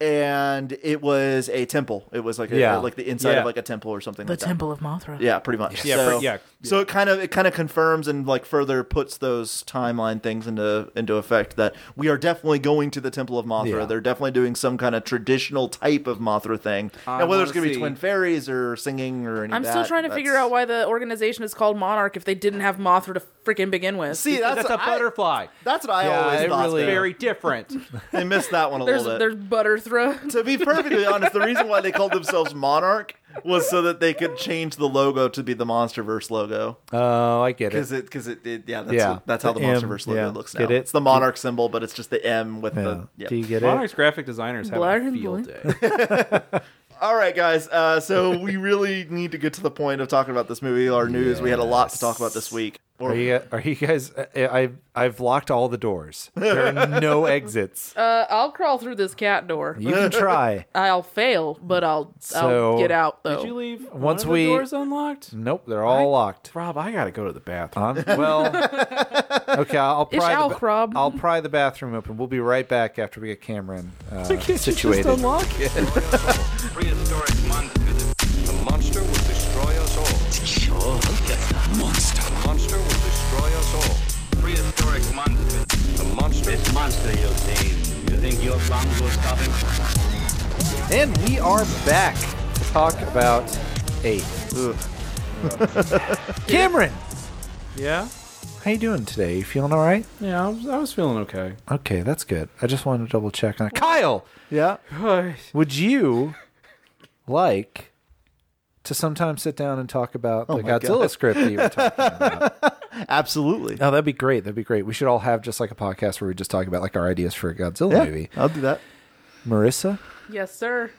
E: and it was a temple. It was like a,
D: Yeah.
E: like the inside
G: Yeah.
E: of like a temple or something.
F: The
E: like that.
F: Temple of Mothra.
E: Yeah, pretty much.
G: Yeah,
E: so,
G: pre- yeah,
E: So it kind of it kind of confirms and like further puts those timeline things into into effect that we are definitely going to the Temple of Mothra.
D: Yeah.
E: They're definitely doing some kind of traditional type of Mothra thing. now
G: I
E: whether
G: wanna
E: it's going to be
G: see-
E: twin fairies or singing or any
F: I'm
E: of
F: still
E: that,
F: trying to figure
E: that's-
F: out why the organization is called Monarch if they didn't have Mothra to freaking begin with.
E: *laughs* See, that's,
G: That's, a
E: what I- *laughs*
G: butterfly.
E: That's what I
D: Yeah,
E: always
D: it
E: thought.
D: really-
E: though.
G: Very different.
E: They missed that one a
F: there's
E: little bit.
F: there's Butterthra.
E: to be perfectly honest, the reason why they called themselves Monarch was so that they could change the logo to be the MonsterVerse logo.
D: Oh, I get
E: Because
D: it.
E: it, because it, it, yeah, that's,
D: Yeah.
E: what- that's how the
D: The M,
E: MonsterVerse logo
D: yeah.
E: looks now.
D: Get it?
E: It's the Monarch symbol, but it's just the M with
D: Yeah.
E: the. Yeah.
D: Do you get it?
G: Monarch's graphic designers have
F: Black
G: a
F: and
G: field
F: blue.
G: day.
E: All right, guys.
D: *laughs*
E: Uh, so we really need to get to the point of talking about this movie. Our news. We had a lot to talk about this week. Or-
D: Are you, are you guys? uh, I, I've I've locked all the doors. There are no exits.
F: Uh, *laughs* I'll crawl through this cat door.
D: You can try.
F: I'll fail, but I'll
D: So-
F: I'll get out though.
G: Did you leave *laughs* once
D: Once
G: we
D: we-
G: doors unlocked?
D: Nope, they're all locked.
G: Rob, I gotta go to
D: *laughs*
G: the bathroom.
D: Um, well, okay, I'll
F: Ish
D: pry,
F: al
D: the
F: crab.
D: I'll pry the bathroom open. We'll be right back after we get Cameron uh, situated.
A: Prehistoric monsters.
H: The monster will destroy us all. Monster. Monster will destroy us all.
A: Prehistoric monsters.
H: The monster.
A: This monster you'll see. You think your lungs will stop him?
D: And we are back to talk about eight. *laughs* Cameron,
G: Yeah,
D: how you doing today? You feeling all right?
G: yeah, I was, I was feeling okay.
D: Okay, that's good. I just wanted to double check on Kyle. Yeah. Would you like to sometimes sit down and talk about the
E: Oh my
D: Godzilla
E: God.
D: script that you were
E: *laughs*
D: talking about?
E: absolutely.
D: Oh, that'd be great. That'd be great. We should all have just like a podcast where we just talk about like our ideas for a Godzilla
E: Yeah,
D: movie.
E: I'll do that.
D: Marissa,
F: yes, sir.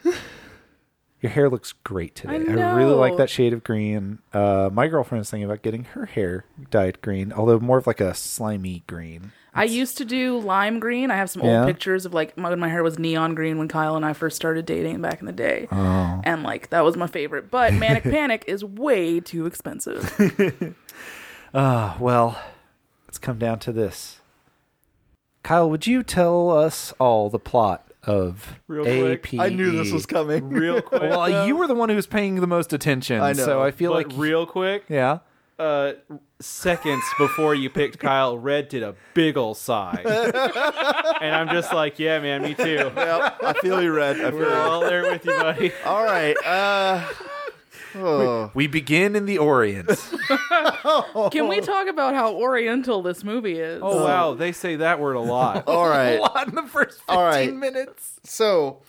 D: your hair looks great today.
F: I
D: really
F: know.
D: like that shade of green. Uh, my girlfriend is thinking about getting her hair dyed green, although more of like a slimy green.
F: I used to do lime green. I have some old
D: Yeah.
F: pictures of like my, when my hair was neon green when Kyle and I first started dating back in the day. Oh. And like that was my favorite. But Manic Panic is way too expensive.
D: Uh, well, it's come down to this. Kyle, would you tell us all the plot of E?
G: Real quick.
D: APE?
E: I knew this was
D: *laughs*
E: coming.
G: *laughs* Real quick.
D: Well,
E: *laughs*
G: though,
D: you were the one who was paying the most attention,
E: I know,
D: so I feel
G: but
D: like
G: real quick.
D: Yeah.
G: Uh, seconds before you picked Kyle, Red did a big ol' sigh, and I'm just like, yeah, man, me too.
E: Yep, I feel you, Red. I feel
G: We're
E: you.
G: all there with you, buddy.
E: All right. Uh, oh.
D: We begin in the *laughs* Orient.
F: Can we talk about how oriental this movie is?
G: Oh wow, they say that word a lot.
E: All right.
D: in the first 15
E: All right.
D: minutes.
E: So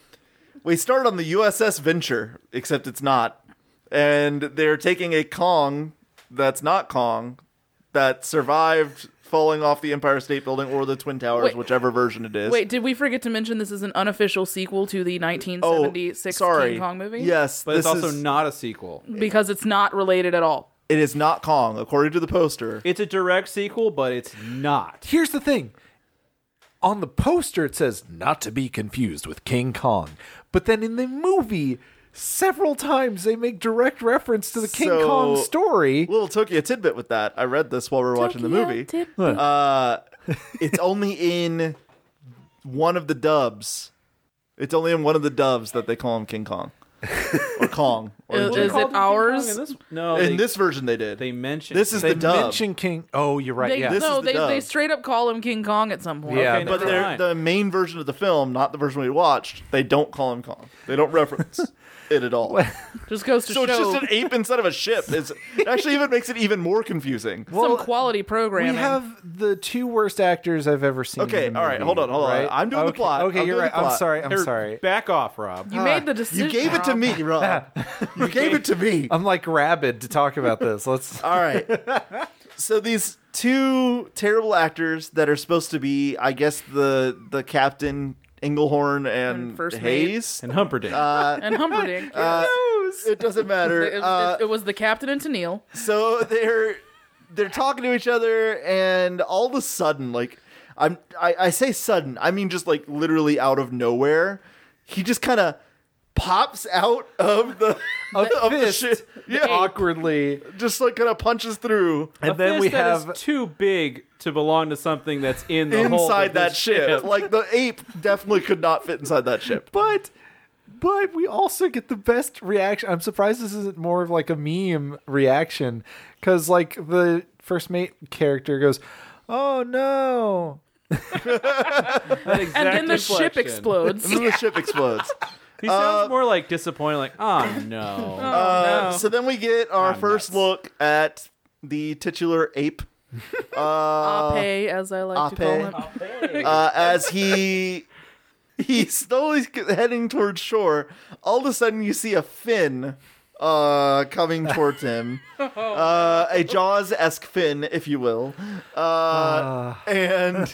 E: we start on the USS Venture, except it's not. And they're taking a Kong that's not Kong that survived falling off the Empire State Building or the Twin Towers,
F: Wait.
E: whichever version it is.
F: Wait, did we forget to mention this is an unofficial sequel to the 1976
E: Oh, sorry.
F: King Kong movie?
E: Yes,
G: But
E: this
G: it's also
E: is,
G: not a sequel.
F: Because it's not related at all.
E: It is not Kong, according to the poster.
G: It's a direct sequel, but it's not.
D: Here's the thing. On the poster it says not to be confused with King Kong. But then in the movie several times they make direct reference to the King
E: So-
D: Kong story.
E: Little Tokyo tidbit with that. I read this while we were watching the movie. it's only in one of the dubs. It's only in one of the dubs that they call him
F: *laughs*
E: King Kong or Kong. Or
F: Is-
E: Jing
F: is it ours?
G: In this, no,
E: In
G: they,
E: this version, they did.
G: they mentioned
E: this is
D: they
E: the dub,
D: mention King Oh, you're right.
F: They,
D: yeah.
E: This
F: No,
E: is the
F: they,
E: dub.
F: they straight up call him King Kong at some point.
D: Yeah,
G: Okay,
D: but
E: but
G: never
E: they're,
G: mind.
E: the main version of the film, not the version we watched. They don't call him Kong. They don't reference
G: *laughs*
E: it at all.
F: Just goes to
E: So it's
F: show
E: just an ape instead of a ship. It's, it actually even makes it even more confusing.
F: some quality programming.
D: we have the two worst actors I've ever seen.
E: Okay,
D: in a
E: all right,
D: movie,
E: hold on, hold on.
D: right?
E: I'm doing the
D: Okay,
E: plot.
D: Okay,
E: I'm
D: you're
E: doing
D: right.
E: the
D: I'm
E: plot.
D: sorry. I'm
G: Here,
D: sorry.
G: Back off, Rob.
F: you made the decision.
E: uh, You gave it to
F: Rob.
E: me,
G: *laughs*
E: Rob. you gave it to me.
D: I'm like rabid to talk about this. Let's.
E: All right. so these two terrible actors that are supposed to be, I guess, the the captain Englehorn and,
F: And first mate.
E: Hayes.
G: And Humperdinck.
F: *laughs* And
E: *laughs*
F: Humperdinck.
E: It
F: *laughs*
E: doesn't
F: it,
E: matter.
F: it-
E: Uh,
F: it was the captain and Tennille.
E: so they're they're talking to each other, and all of a sudden, like I'm, I, I say sudden, I mean just like literally out of nowhere, he just kind of pops out of the of, the- of the
D: fist.
E: shit. Yeah,
D: awkwardly.
E: just like kind of punches through
D: And then we have
G: too big to belong to something that's in the hole
E: inside
G: of
E: that
G: this
E: ship. Like the ape definitely could not fit inside that ship.
D: but *laughs* but we also get the best reaction. I'm surprised this isn't more of like a meme reaction cuz like the first mate character goes, "Oh no."
G: That
F: *laughs*
G: exact
F: and then the ship
E: And *laughs*
G: inflection.
F: explodes.
E: then the ship explodes.
G: He sounds more like disappointed, like, oh
F: *laughs*
G: no.
E: Uh, So then we get our first
G: nuts.
E: look at the titular ape
F: Ape, as I like to
E: Uh, Ape.
F: call it. *laughs*
E: uh, as he he's slowly heading towards shore. All of a sudden, you see a fin uh, coming towards
G: *laughs*
E: him, uh, a Jaws-esque fin, if you will, uh,
G: Ah.
E: and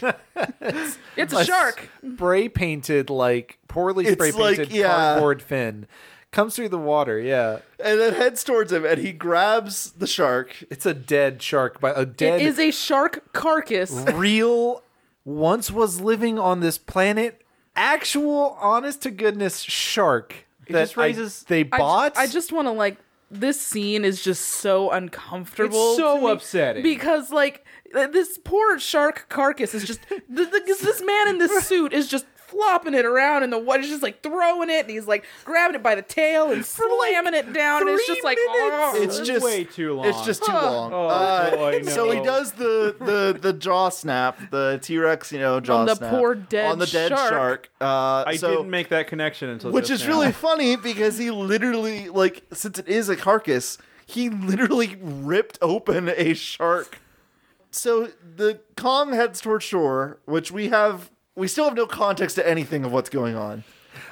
F: It's a shark.
D: Spray painted like poorly
E: It's
D: spray painted
E: like, yeah.
D: cardboard fin comes through the water. Yeah.
E: and then heads towards him, and he grabs the shark.
D: It's a dead shark by a dead
F: It is a shark carcass.
D: real once was living on this planet actual honest to goodness shark that
G: just
D: I-
G: raises-
D: they
F: I ju-
D: bought
F: I, just want to like this scene is just so uncomfortable.
G: It's so
F: to me
G: upsetting.
F: because like th- this poor shark carcass is just th- th- this- this man in this suit is just flopping it around in the water. He's just like throwing it and he's like grabbing it by the tail and slamming it down and it's
D: three
F: just like
D: minutes.
F: "Oh."
E: It's
G: It's
E: just
G: way too long.
E: It's just too long.
G: *laughs* Oh,
E: Uh,
G: boy,
E: So he
G: no.
E: does the the the jaw snap, the T Rex, you know, jaw
F: On the
E: snap
F: poor dead
E: on the dead
F: shark.
E: shark. Uh,
G: I
E: so-
G: didn't make that connection until
E: which
G: just
E: is
G: now.
E: really funny because he literally like since it is a carcass he literally ripped open a shark so the kong heads toward shore which we have we still have no context to anything of what's going on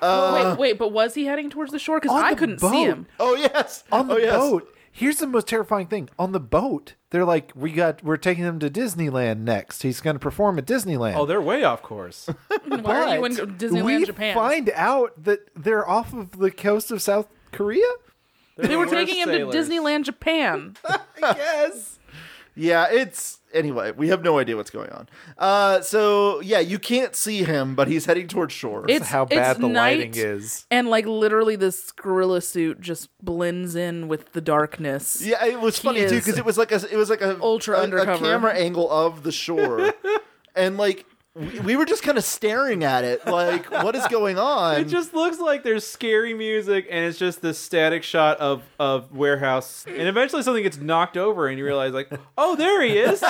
F: wait, wait, but was he heading towards the shore? Because
D: on
F: I
D: the
F: couldn't
D: boat.
F: see him.
E: oh yes
D: on the
E: oh, yes.
D: boat here's the most terrifying thing on the boat they're like we got we're taking him to disneyland next he's going to perform at disneyland
G: Oh, they're way off
E: *laughs*
G: course.
F: Why are you in
D: But
F: Disneyland,
D: we
F: Japan?
D: find out that they're off of the coast of south korea
F: they were
G: the worst
F: taking him
G: sailors.
F: to Disneyland, Japan.
D: yes
E: yeah it's anyway we have no idea what's going on uh so yeah you can't see him but he's heading towards shore
F: It's
D: how bad
F: it's
D: the
F: night,
D: lighting is.
F: and like literally this gorilla suit just blends in with the darkness.
E: Yeah, it was funny too
F: is
E: because it was like a it was like a
F: ultra
E: a- a
F: undercover.
E: camera angle of
F: *laughs*
E: the shore, and like we, we were just kind of staring at it, like what is going on?
G: It just looks like there's scary music and it's just this static shot of of warehouse and eventually something gets knocked over and you realize like, *laughs* "Oh, there
E: *laughs*
G: he is."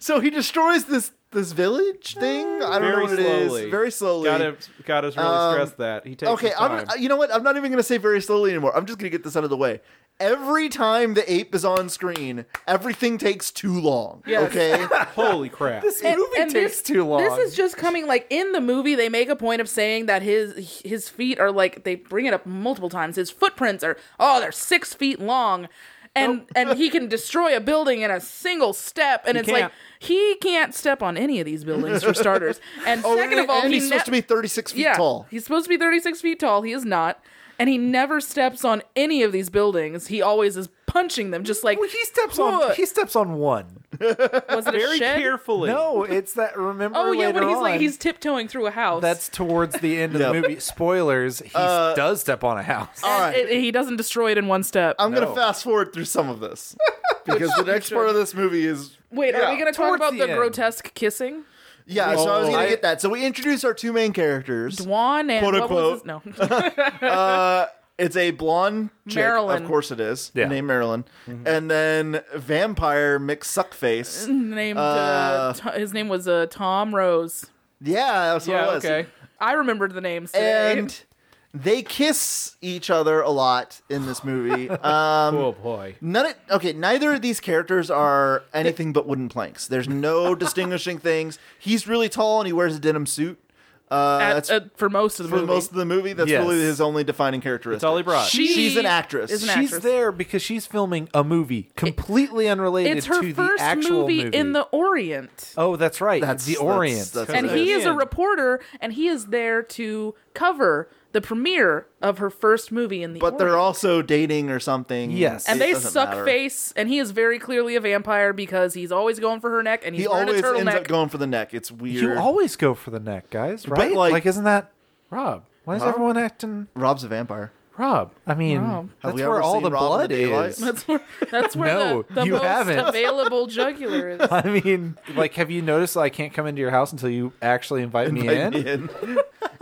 E: so he destroys this this village thing. I don't know
G: Very
E: what it
G: slowly.
E: is. Very slowly.
G: got to got to really
E: Um,
G: stress that. He
E: *laughs*
G: takes
E: okay,
G: his time.
E: I'm, you know what? I'm not even going to say very slowly anymore. I'm just going to get this out of the way. Every time the ape is on screen, everything takes too long. Okay,
G: Holy crap.
F: *laughs* And-
D: movie
F: and
D: takes
F: this,
D: too long.
F: This is just coming like in the movie. They make a point of saying that his his feet are like they bring it up multiple times. His footprints are oh they're six feet long, and and he can destroy a building in a single step. And it's like
G: can't.
F: he can't step on any of these buildings for starters. And second
E: and,
F: of all,
E: Oh, and
F: he
E: he's
F: ne-
E: supposed to be 36 feet
F: yeah,
E: tall.
F: He's supposed to be 36 feet tall. He is not. And he never steps on any of these buildings. He always is punching them, just like
D: well, he steps on
F: Huh.
D: he steps on one
F: was it a
G: Very
F: shed?
G: carefully.
D: no it's that remember
F: Oh yeah,
D: later
F: when he's
D: on-
F: like he's tiptoeing through a house.
D: That's towards the end of
E: Yeah.
D: the movie. Spoilers, he does step on a house.
E: All Um,
F: And it- he doesn't destroy it in one step.
E: I'm gonna fast forward through some of this *laughs* because the next part of this movie is
F: Wait,
E: yeah.
F: are we going to talk
D: towards
F: about
D: the
F: the,
D: end.
F: grotesque kissing?
E: yeah. So I was gonna
D: I-
E: get that. So we introduce our two main characters.
F: Juan and
E: Quote,
F: what was his- no,
E: It's a blonde chick,
F: Marilyn. Mm-hmm.
E: of course it is,
D: Yeah.
E: named Marilyn, and then vampire
F: *laughs*
E: McSuckface.
F: named uh,
E: Uh,
F: To- his name was uh, Tom Rose.
E: Yeah, that's what
G: Yeah,
E: it was.
G: okay.
F: I remembered the names. today.
E: And they kiss each other a lot in
F: *laughs*
E: this movie. Um,
G: Oh boy.
E: None of, okay, neither of these characters are anything but wooden planks.
F: *laughs*
E: There's no distinguishing things. He's really tall and he wears a denim suit. Uh,
F: At-
E: that's
F: at- for most of the
E: for
F: movie,
E: most of the movie. That's
D: Yes.
E: really his only defining characteristic.
G: That's all he brought.
F: She
E: She's an actress.
F: is an
D: She's
F: actress.
D: there because she's filming a movie completely unrelated
F: It's her
D: to the
F: first
D: actual
F: movie,
D: movie,
F: in the Orient,
D: Oh, that's right.
E: That's-
D: the
E: that's-
D: Orient.
E: that's-
F: and
E: Right.
F: he is a
G: Yeah.
F: reporter, and he is there to cover the premiere of her first movie in the.
E: but they're
F: Orient.
E: also dating or something.
D: Yes.
F: And
E: It
F: they
E: doesn't
F: suck
E: matter.
F: face, and he is very clearly a vampire because he's always going for her neck, and he's
E: He
F: wearing
E: always
F: a turtleneck.
E: ends up going for the neck. It's weird.
D: you always go for the neck, guys, right?
E: like-
D: like, isn't that Rob? Why is
E: Huh?
D: everyone acting
E: Rob's a vampire.
D: Rob? I mean,
F: Rob.
E: Have
D: that's
E: we
D: where
E: ever
D: all
E: seen
D: the
E: Rob in
D: blood
E: the *laughs* daylight?
D: is. *laughs*
F: That's where that's where
D: No,
F: the, the
D: you
F: most
D: haven't.
F: available jugular is.
D: I mean, like, have you noticed I can't come into your house until you actually invite me in?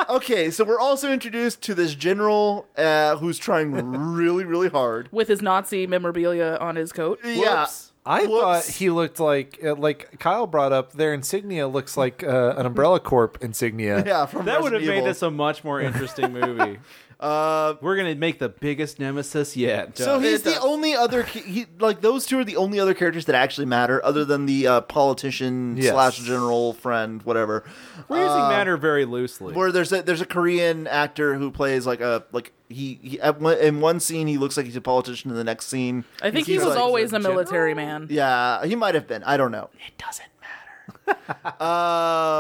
E: okay, so we're also introduced to this general uh, who's trying really, really hard.
F: With his Nazi memorabilia on his coat.
E: Yeah.
D: I thought
E: Whoops.
D: he looked like uh, like Kyle brought up. Their insignia looks like uh, an Umbrella Corp insignia.
E: Yeah, from
G: That would have
E: Resident
G: made
E: Evil.
G: this a much more interesting movie. uh, *laughs* We're gonna make the biggest nemesis yet.
E: So he's
F: It
E: the
F: does.
E: only other ca- he, like those two are the only other characters that actually matter, other than the uh, politician
D: Yes.
E: slash general friend, whatever.
G: we're using matter very loosely.
E: Where there's a there's a Korean actor who plays like a like he, he at one, in one scene he looks like he's a politician, in the next scene
F: I think he
E: he's
F: was
E: like-
F: always a military man.
E: Yeah, he might have been. I don't know. It doesn't matter.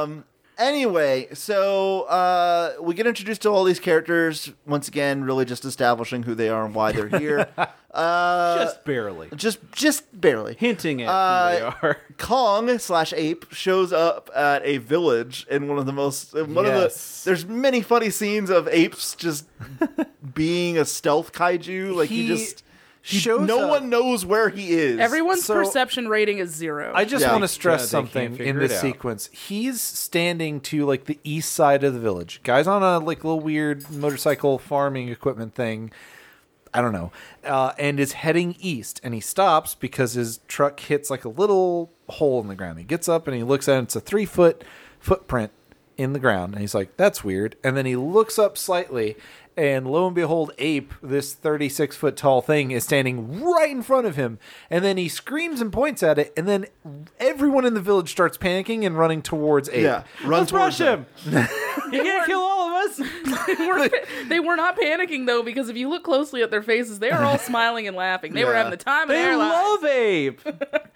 E: *laughs* um. Anyway, so uh, we get introduced to all these characters once again, really just establishing who they are and why they're
G: *laughs*
E: here.
G: just barely
E: just, just barely.
G: hinting at who
E: Uh,
G: they are.
E: Kong slash ape shows up at a village in one of the most in one
D: Yes.
E: of the. There's many funny scenes of
D: *laughs*
E: apes just being a stealth kaiju. Like he,
D: He
E: just he-
D: shows
E: no
D: up-
E: one knows where he is.
F: Everyone's
D: So-
F: perception rating is zero. *laughs*
D: I just
E: Yeah.
D: want to stress
G: Yeah, they
D: something
G: can't figure
D: in
G: it
D: this
G: out.
D: sequence. He's standing to like the east side of the village. Guys on a like little weird motorcycle farming equipment thing. I don't know, uh, and is heading east. And he stops because his truck hits like a little hole in the ground. He gets up and he looks at it. It's a three foot footprint in the ground, and he's like, "That's weird." And then he looks up slightly, and lo and behold, ape, this thirty six foot tall thing, is standing right in front of him. And then he screams and points at it, and then everyone in the village starts panicking and running towards ape.
E: yeah, run
G: Let's
E: towards
G: rush
E: them.
G: him. he can't kill all of us.
F: they, were, they were not panicking though, because if you look closely at their faces, they were all smiling and laughing. They were
E: Yeah.
F: having the time of
G: They
F: their lives.
G: love Abe.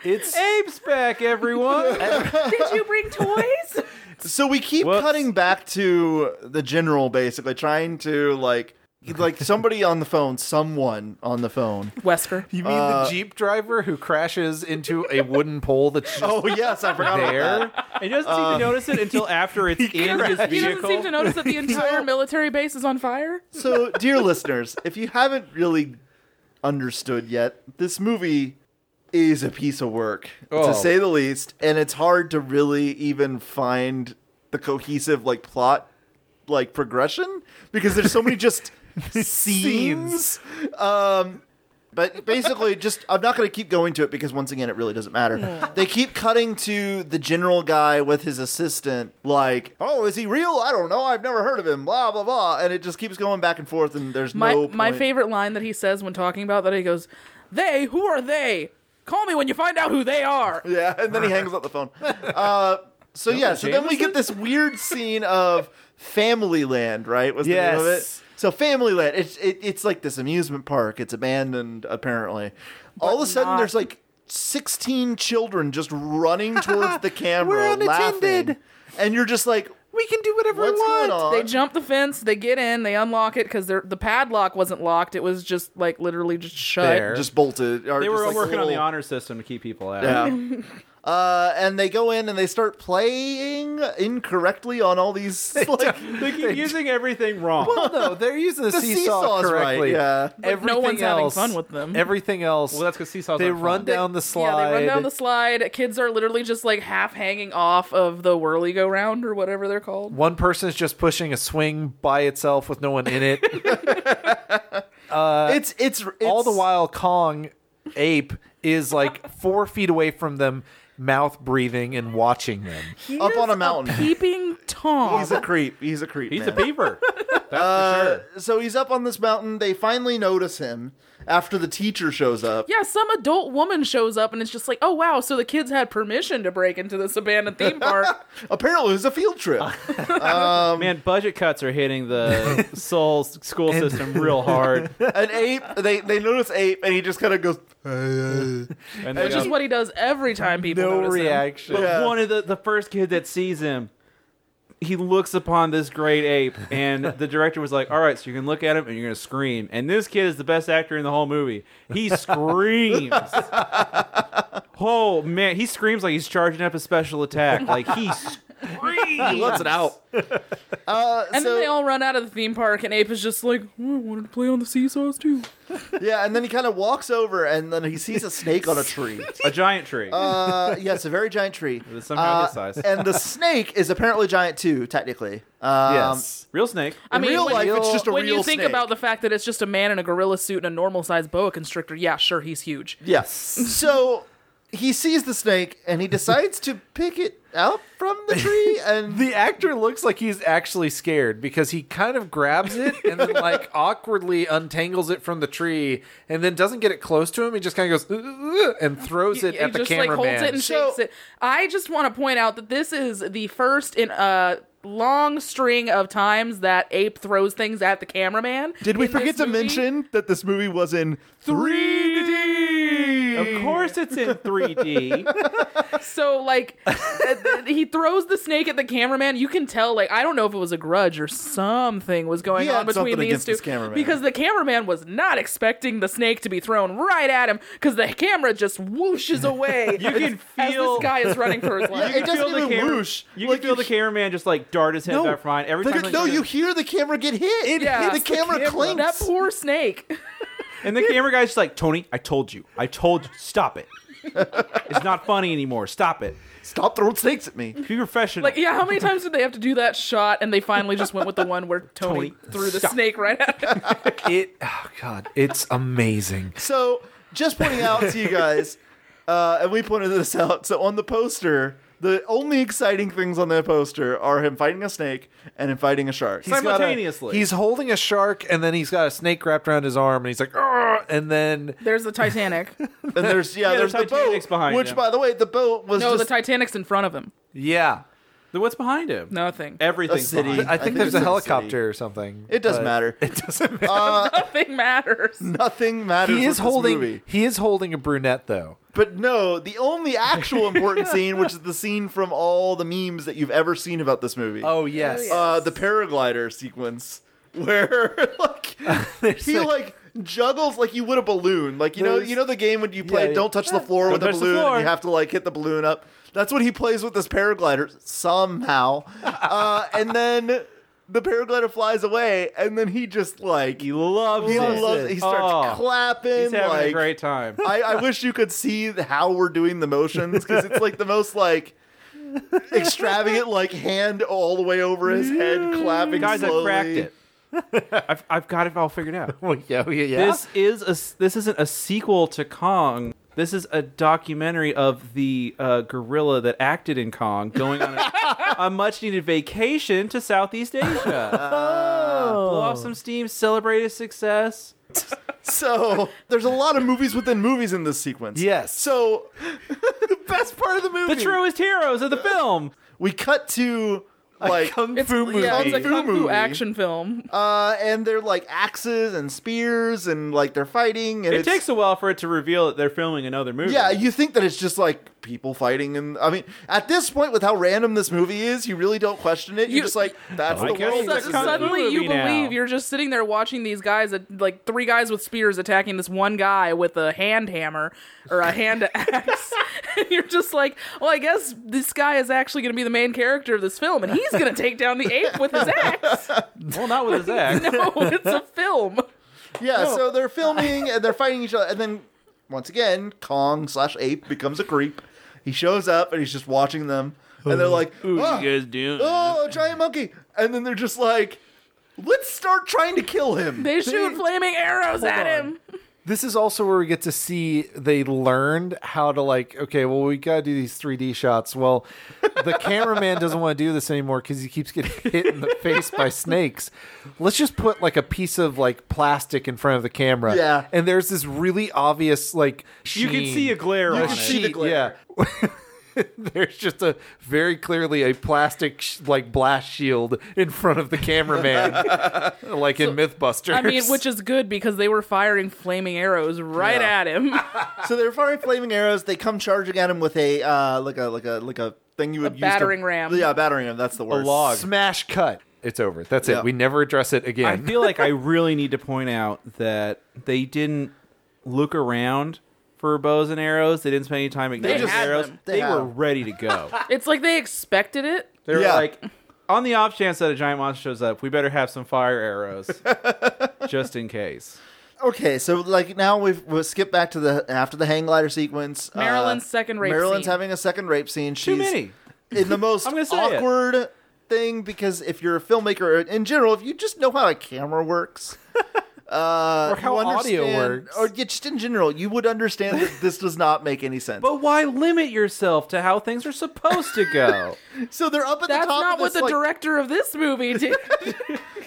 D: It's
G: Abe's back, everyone.
F: Did you bring toys?
E: So we keep
G: Whoops.
E: cutting back to the general, basically trying to like, like somebody on the phone, someone on the phone.
F: Wesker.
D: you mean the jeep driver who crashes into a wooden pole that's just
E: *laughs* Oh yes, I forgot about that.
D: there?
G: He doesn't seem to notice it until after it's in his vehicle.
F: He doesn't seem to notice that the entire military base is on fire.
E: So, dear listeners, if you haven't really understood yet, this movie is a piece of work,
D: Oh.
E: to say the least, and it's hard to really even find the cohesive like plot like progression because there's so many just scenes. Um but basically just I'm not going to keep going to it because once again it really doesn't matter. They keep cutting to the general guy with his assistant like, "Oh, is he real? I don't know. I've never heard of him." blah blah blah, and it just keeps going back and forth and there's
F: My
E: no
F: my
E: point.
F: favorite line that he says when talking about that he goes, "They, who are they? Call me when you find out who they are."
E: Yeah, and then he hangs up the phone. Uh, so yeah, so then we get this weird scene of Family Land, right? Was the name of
D: Yes.
E: it? So Family Land, it's it, it's like this amusement park. It's abandoned apparently. All of a sudden,
F: not-
E: there's like sixteen children just running
D: *laughs*
E: towards the camera,
D: unattended.
E: laughing, and you're just like,
D: We can do whatever
E: "What's
D: we want.
E: going on?"
F: They jump the fence, they get in, they unlock it because the padlock wasn't locked. It was just like literally just shut.
D: There.
E: just bolted. or
G: They
E: just,
G: were
E: like,
G: working on the
E: little-
G: honor system to keep people out.
E: Yeah. Uh, and they go in and they start playing incorrectly on all these like
G: *laughs* They keep using everything wrong. Well,
D: Well, no, they're using the,
E: The
D: seesaw
E: seesaw's right,
D: correctly.
E: yeah. But
F: no one's having fun with them.
D: Everything else.
G: that's because Seesaw's
D: they
G: not fun.
D: run down the slide.
F: Yeah, they run down the slide. Kids are literally just like half hanging off of the whirly-go-round or whatever they're called.
D: one person is just pushing a swing by itself with no one in it.
F: *laughs*
E: it's, it's it's
D: All the while, Kong ape is like four feet away from them, mouth breathing and watching them.
E: up on a mountain.
F: Peeping Tom.
E: He's a creep. He's a creep.
G: He's
E: man.
G: a beaver. That's for sure.
E: So he's up on this mountain. They finally notice him after the teacher shows up.
F: yeah, some adult woman shows up and it's just like, oh wow, so the kids had permission to break into this abandoned theme
E: *laughs*
F: park.
E: Apparently, it was a field
G: *laughs*
E: trip. Um,
G: Man, budget cuts are hitting *laughs* the Seoul s- school system real hard.
E: An ape. They they notice ape, and he just kind of goes. "Uh, uh."
G: *laughs* And they
F: Which is
G: go-
F: what he does every time people
D: No
F: notice him.
D: reaction.
G: But
E: Yeah.
G: one of the, the first kid that sees him, he looks upon this great ape, and the director was like, "All right, so you can look at him and you're gonna scream." And this kid is the best actor in the whole movie. *laughs* He screams. oh man, he *laughs* screams like he's charging up a special attack. Like he screams.
E: He lets it out. Uh,
F: And
E: so-
F: then they all run out of the theme park, and Ape is just like, "Oh, I wanted to play on the seesaws too.
E: yeah, and then he kind of walks over, and then he sees a snake on a
G: *laughs*
E: tree.
G: a giant tree.
E: Uh, yeah, it's a very giant tree.
G: It's somehow
E: Uh,
G: his size.
E: and the snake is apparently giant too, technically. Um,
D: yes.
G: Real snake.
F: I
E: In
F: mean,
E: real
F: when
E: life,
F: you,
E: it's just a
F: when
E: real
F: you think
E: snake.
F: about the fact that it's just a man in a gorilla suit and a normal sized boa constrictor, yeah, sure, he's huge.
E: Yes. So he sees the snake and he decides to pick it up from the tree and
D: The actor looks like he's actually scared because he kind of grabs it and then
F: *laughs*
D: like awkwardly untangles it from the tree and then doesn't get it close to him. He just kind of goes "Ugh, ugh, ugh," and throws it
F: He-
D: at
F: he
D: the
F: just like holds
D: cameraman.
F: it and
E: So-
F: shakes it. I just want to point out that this is the first in a long string of times that Ape throws things at the cameraman.
I: Did we
F: in this
I: forget to
F: movie.
I: mention that this movie was in 3D?
G: Of course, it's in 3D.
F: So like,
E: *laughs*
F: uh, he throws the snake at the cameraman. You can tell like I don't know if it was a grudge or something was going
E: He had
F: on between
E: something
F: these
E: against
F: two
E: this cameraman.
F: because the cameraman was not expecting the snake to be thrown right at him because the camera just whooshes
E: *laughs*
F: away.
G: You can
F: as
G: feel-
F: this guy is running for his life.
E: it doesn't
G: Feel the
E: even
G: camera-
E: whoosh.
G: You
E: Like,
G: can feel the cameraman just like dart his head
E: No.
G: back behind every
E: Like,
G: time.
E: no,
G: like,
E: you hear the camera get hit.
F: It Yeah.
E: the
F: hits the
E: camera
G: camera.
E: clinks.
F: that poor snake.
G: And the camera guy's just like, Tony, I told you, I told you, stop
E: *laughs*
G: it. it's not funny anymore. Stop it.
E: Stop throwing snakes at me.
G: Be professional.
F: Like, yeah, how many times did they have to do that shot and they finally just went with the one where Tony,
G: Tony,
F: threw the
G: stop.
F: snake right at him?
D: It, oh god, it's amazing.
E: So, just pointing out to you guys, uh, and we pointed this out. So, on the poster, the only exciting things on the poster are him fighting a snake and him fighting a shark.
D: He's got a-
G: Simultaneously.
D: he's holding a shark and then he's got a snake wrapped around his arm and he's like, "Ugh," and then
F: There's the Titanic.
D: *laughs*
E: and there's yeah,
G: Yeah,
E: there's
G: there's
E: the
G: Titanic's
E: boat
G: behind
E: which,
G: him.
E: by the way, the boat was
F: No, the
E: just
F: Titanic's in front of him.
D: yeah,
G: Then What's behind him?
F: Nothing.
G: Everything's
E: A city.
G: behind him.
D: I
E: I
D: think,
E: think
D: there's
E: it's
D: a
E: in the
D: helicopter or something.
E: It doesn't
D: but
E: matter.
D: *laughs* It doesn't matter.
F: Nothing matters.
E: nothing matters.
D: he
E: with
D: is
E: this movie.
D: holding. He is holding a brunette though.
E: But no, the only actual
D: *laughs*
E: important scene, which is the scene from all the memes that you've ever seen about this movie.
D: Oh yes.
E: Uh, the paraglider sequence where *laughs*
G: *laughs*
E: like he
D: like-
E: like juggles like you would a balloon. Like you know
D: There's-
E: you know the game when you play
D: yeah.
E: don't touch the floor with a
G: touch the
E: balloon
G: floor.
E: and you have to like hit the balloon up. That's what he plays with this paraglider
G: *laughs*
E: somehow. uh, and then the paraglider flies away and then he just like
G: He loves
E: he
G: it.
E: loves it. He starts
G: Oh,
E: clapping
G: He's having
E: like
G: a great time.
E: I, I wish you could see the- how we're doing the motions because it's like the most like extravagant like hand all the way over his head clapping
G: Guys,
E: slowly.
G: I've cracked it. I've, I've got it all figured out.
D: Well, yeah, Oh, yeah, yeah.
G: This is a this isn't a sequel to Kong. This is a documentary of the uh, gorilla that acted in Kong going on a,
E: *laughs*
G: a much needed vacation to Southeast Asia.
E: Oh.
G: Blow off some steam, celebrate his success.
E: So there's a lot of movies within movies in this sequence.
D: Yes.
E: So the best part of the movie.
G: The truest heroes of the film.
E: We cut to like
D: Kung
F: It's,
D: Fu movie.
F: yeah, it's a
E: Kung Fu
F: kung fu
E: movie.
F: action film.
E: uh, and they're like axes and spears and like they're fighting and
G: It
E: it's,
G: takes a while for it to reveal that they're filming another movie.
E: Yeah, you think that it's just like people fighting, and I mean, at this point, with how random this movie is, you really don't question it. You're
F: You-
E: just like, "That's
G: I
E: the
G: guess
E: world."
G: that's
E: This
F: Su-
E: is
G: kung fu
F: suddenly you
G: movie now.
F: believe you're just sitting there watching these guys, at- like three guys with spears attacking this one guy with a hand hammer or a hand *laughs* axe. and you're just like, well, I guess this guy is actually going to be the main character of this film, and he's going to take down the ape with his axe.
G: Well, not
E: *laughs*
G: with his act.
F: No, it's a film.
E: Yeah, so they're filming and they're fighting each other, and then once again, Kong slash ape becomes a creep. He shows up and he's just watching them, and they're like, "Ah,
G: doing?
E: "Oh, a giant monkey!" And then they're just like, "Let's start trying to kill him."
F: They shoot flaming arrows at him.
D: This is also where we get to see they learned how to like. Okay, well, we gotta do these 3D shots. Well,
E: *laughs*
D: the cameraman doesn't want to do this anymore because he keeps getting hit in the face by snakes. Let's just put like a piece of like plastic in front of the camera.
E: Yeah.
D: and there's this really obvious like
G: You can
D: sheen.
G: see a glare
E: You
G: on
E: can
G: it.
E: see the glare.
D: Yeah. *laughs* There's just a very clearly a plastic sh- like blast shield in front of the
E: *laughs*
D: cameraman, like in MythBusters.
F: I mean, which is good because they were firing flaming arrows right
E: Yeah.
F: at him.
E: So they're firing flaming arrows. They come charging at him with a uh, like a like a like a thing you would use to-
F: battering ram.
E: Yeah, a battering ram. That's the word.
D: smash cut. It's over. That's
E: Yeah.
D: it. We never address it
G: I
D: again.
G: feel like
E: *laughs*
G: I really need to point out that they didn't look around for bows and arrows. They didn't spend any time ignoring
F: just-
G: arrows.
F: had them.
E: They
G: They, were
E: have.
G: ready to go.
F: it's like they expected it.
G: They were
E: Yeah.
G: like, on the off chance that a giant monster shows up, we better have some
E: *laughs*
G: fire arrows just in case.
E: Okay, so like now we've we'll skip back to the after the hang glider sequence. uh,
F: Marilyn's second rape
E: Marilyn's
F: scene.
E: having a second rape scene. She's
G: Too many.
E: in
G: *laughs*
E: the most
G: I'm gonna say it.
E: awkward thing because if you're a filmmaker or in general, if you just know how a camera works. Uh,
D: Or how
E: you
D: audio
E: understand-
D: works.
E: or yeah, just in general, you would understand that this does not make any sense.
G: But why limit yourself to how things are supposed to
E: *laughs*
G: go?
E: so they're up at
F: That's
E: the top.
F: not
E: of
F: what
E: this,
F: the
E: like,
F: director of this movie did.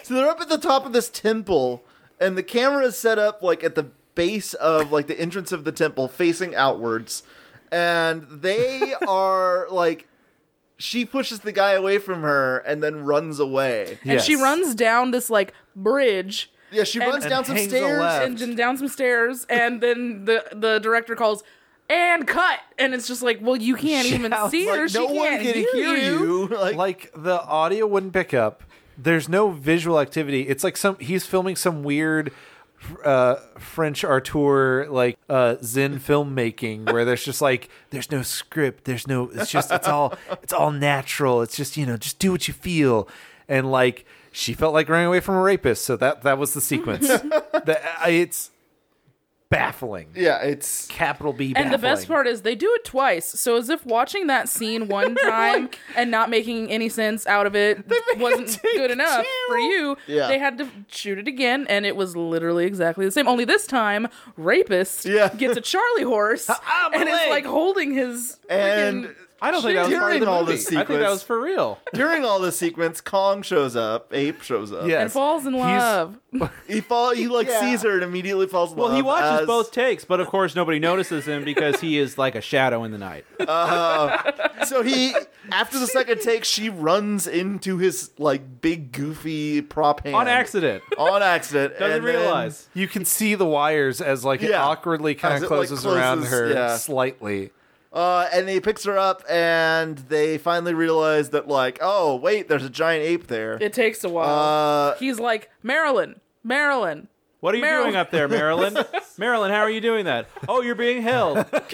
E: So they're up at the top of this temple, and the camera is set up like at the base of like the entrance of the temple, facing outwards, and they are like. She pushes the guy away from her and then runs away.
F: And she
G: Yes.
F: runs down this like bridge
E: Yeah, she
F: And-
E: runs down some
D: hangs a
E: stairs.
D: left.
F: and then down some stairs, and then the the director calls and cut, and it's just like, well, you can't even
D: Shouts
F: see her.
D: like,
F: she
E: no one
F: can't
E: can hear you. *laughs* Like,
D: like the audio wouldn't pick up. There's no visual activity. It's like some he's filming some weird uh, French Artur like uh, Zen filmmaking where there's just like there's no script. There's no. It's just it's all it's all natural. It's just you know just do what you feel and like she felt like running away from a rapist. So that that was the *laughs* sequence. the, I- it's baffling.
E: yeah, it's
D: Capital B.
F: And the best
D: baffling.
F: part is they do it twice. So as if watching that scene
E: *laughs*
F: one time and not making any sense out of it wasn't good enough for you,
E: Yeah.
F: they had to shoot it again and it was literally exactly the same. Only this time, rapist
E: Yeah. Ah,
F: gets a Charlie
E: *laughs*
F: horse
D: my
F: and is
D: leg.
F: like holding his
E: And-
F: freaking
G: I don't think that was part of
E: During
G: the
E: all
G: movie.
E: this
G: I think that
E: sequence.
G: was for real.
E: during all this sequence, Kong shows up, Ape shows up.
D: Yes.
F: and falls in
D: He's-
F: love.
E: he fall, he like sees her and immediately falls in love.
G: Well, he watches
E: as-
G: both takes, but of course nobody notices him because he is like a shadow in
E: *laughs*
G: the night.
E: So he, after the second take, she runs into his like big goofy prop hand
G: On accident.
E: On *laughs* accident,
G: Doesn't
E: and then-
G: realize.
D: You can see the wires as like it
E: Yeah.
D: awkwardly
E: As
D: kind
E: it,
D: of
E: like,
D: closes, around
E: closes,
D: her
E: yeah.
D: slightly.
E: uh, and he picks her up, and they finally realize that like, oh wait, there's a giant ape there.
F: *laughs* It takes a
E: Uh,
F: while. He's like, Marilyn, Marilyn.
G: What are you
F: Marilyn-
G: doing up there, Marilyn? Marilyn, how are you doing that? Oh, you're being held. oh, it's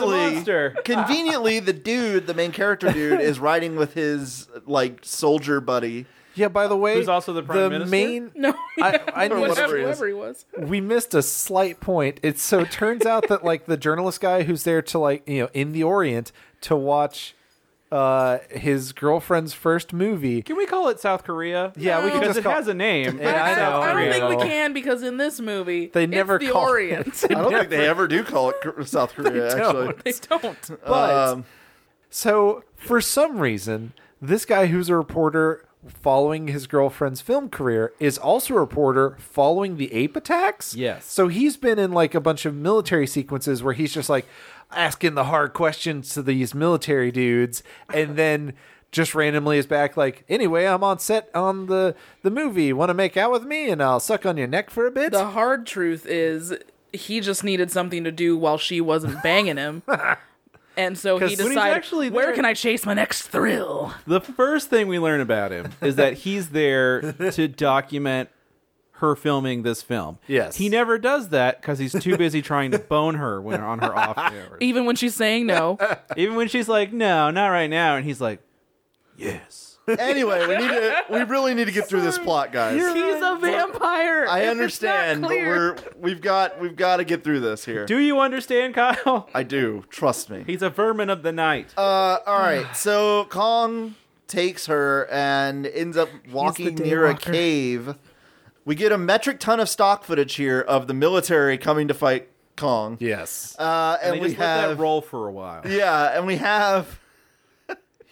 G: a monster.
E: conveniently, the dude, the main character dude, is riding with his like soldier buddy.
D: Yeah. By the way,
G: Who's also the prime minister?
D: main.
F: *laughs* No,
E: *laughs*
D: I, I
E: Or
D: missed,
E: whatever
F: whatever,
E: he is.
F: whoever he was.
D: we missed a slight point. It so turns out that like the journalist guy who's there to like you know in the Orient to watch uh his girlfriend's first movie.
G: Can we call it South Korea?
D: Yeah, we can
G: because
D: just
G: it
D: call-
G: has a name.
D: Yeah,
F: I,
D: I
F: don't,
D: know.
F: I don't think we
D: Real.
F: can because in this movie
D: They
F: it's
D: never
F: the
D: call it. *laughs*
F: Orient.
E: I don't think they ever do call it K- *laughs* South Korea. actually,
F: *laughs* they don't.
D: But
E: Um,
D: So, for some reason, this guy who's a reporter following his girlfriend's film career is also a reporter following the ape attacks.
G: Yes.
D: So, he's been in like a bunch of military sequences where he's just like asking the hard questions to these military dudes and then. *laughs* Just randomly is back like, anyway, I'm on set on the the movie. Want to make out with me, and I'll suck on your neck for a bit.
F: The hard truth is he just needed something to do while she wasn't banging him. And so he
D: 'Cause when
G: he's
F: decided,
G: actually
F: where
G: there-
F: can I chase my next thrill?
G: *laughs* The first thing we learn about him is that he's there to document her filming this film.
D: Yes.
G: He never does that because he's too busy trying to bone her when on her off hours.
F: Even when she's saying no.
G: Even when she's like, no, not right now. And he's like, yes.
E: anyway, we need to. We really need to get through this plot, guys.
F: He's a vampire.
E: I
F: If it's not
E: understand, but
F: clear.
E: we're we've got we've got to get through this here.
G: Do you understand, Kyle?
E: I do. Trust me.
G: He's a vermin of the night.
E: Uh, all right. So Kong takes her and ends up walking near
F: daywalker.
E: a cave. We get a metric ton of stock footage here of the military coming to fight Kong.
D: yes,
E: Uh, and,
G: they
E: we
G: just let
E: have
G: that roll for a while.
E: yeah, and we have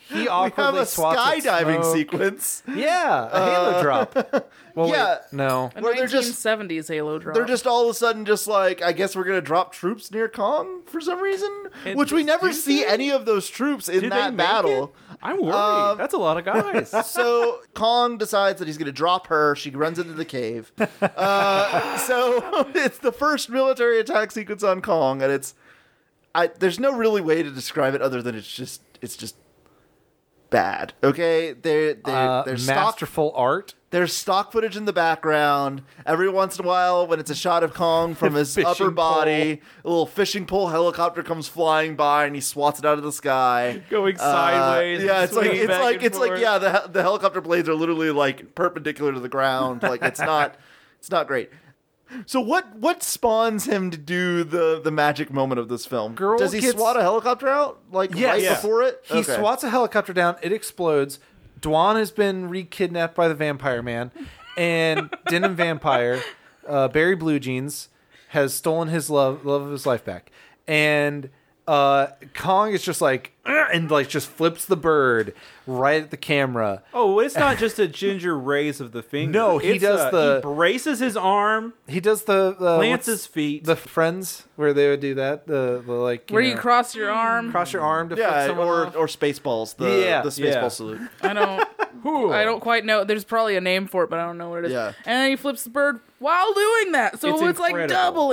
D: he
E: we have
D: awkwardly
E: a
D: swats at
E: skydiving Uh,
D: smoke.
E: sequence.
D: Yeah, a halo drop. Well,
E: Yeah.
D: wait, no,
F: A
E: where they're just-
F: 1970s Halo drop.
E: They're
G: Oh.
E: just all of a sudden just like I guess we're gonna drop troops near Kong for some reason,
G: And
E: which we
G: did-
E: never
G: did
E: see
G: they-
E: any of those troops in
G: Did they
E: that
G: make
E: battle.
G: it? I'm worried.
E: Um,
G: That's a lot
E: *laughs*
G: of guys.
E: so Kong decides that he's going to drop her. She runs into the
G: *laughs*
E: cave. Uh, so *laughs* it's the first military attack sequence on Kong, and it's I, there's no really way to describe it other than it's just it's just bad. Okay, they they
D: Uh,
E: they're stock
D: masterful art.
E: there's stock footage in the background. Every once in a while, when it's a shot of
D: *laughs*
E: Kong from his
D: Fishing
E: upper body, a little fishing pole helicopter comes flying by and he swats it out of
D: *laughs*
E: the sky,
G: Going
E: Uh,
G: sideways and
E: yeah, it's like
G: swinging
E: it's
G: back
E: like
G: and
E: it's like
G: forth.
E: yeah. The the helicopter blades are literally like perpendicular to
D: *laughs*
E: the ground. Like it's not it's not great. So what what spawns him to do the the magic moment of this film?
D: Girl
E: Does he
D: gets-
E: swat a helicopter out like right
D: Yes.
E: before it?
D: He
E: Okay.
D: swats a helicopter down. It explodes. Dwan has been re-kidnapped by the vampire man,
E: *laughs*
D: and Denim Vampire, uh, Barry Blue Jeans, has stolen his love love of his life back. And uh, Kong is just like *clears throat* "Ugh," and like just flips the bird right at the camera.
G: Oh, it's not just a ginger raise of the finger.
D: No, he
G: It's
D: does
G: a-
D: the-
G: he braces his arm,
D: He does the uh,
G: plants
D: what's-
G: his feet.
D: the friends where they would do that. The, the like
F: Where you
D: know,
F: cross your arm.
D: cross your arm to flip
E: Yeah,
D: someone
E: or
D: off.
E: or spaceballs. The
D: Yeah.
E: the spaceball
G: Yeah.
E: salute.
F: I don't. I don't quite know. There's probably a name for it, but I don't know what it is.
E: Yeah.
F: And then he flips the bird while doing that, so
G: It's
F: it's, like
G: incredible.
F: double
D: double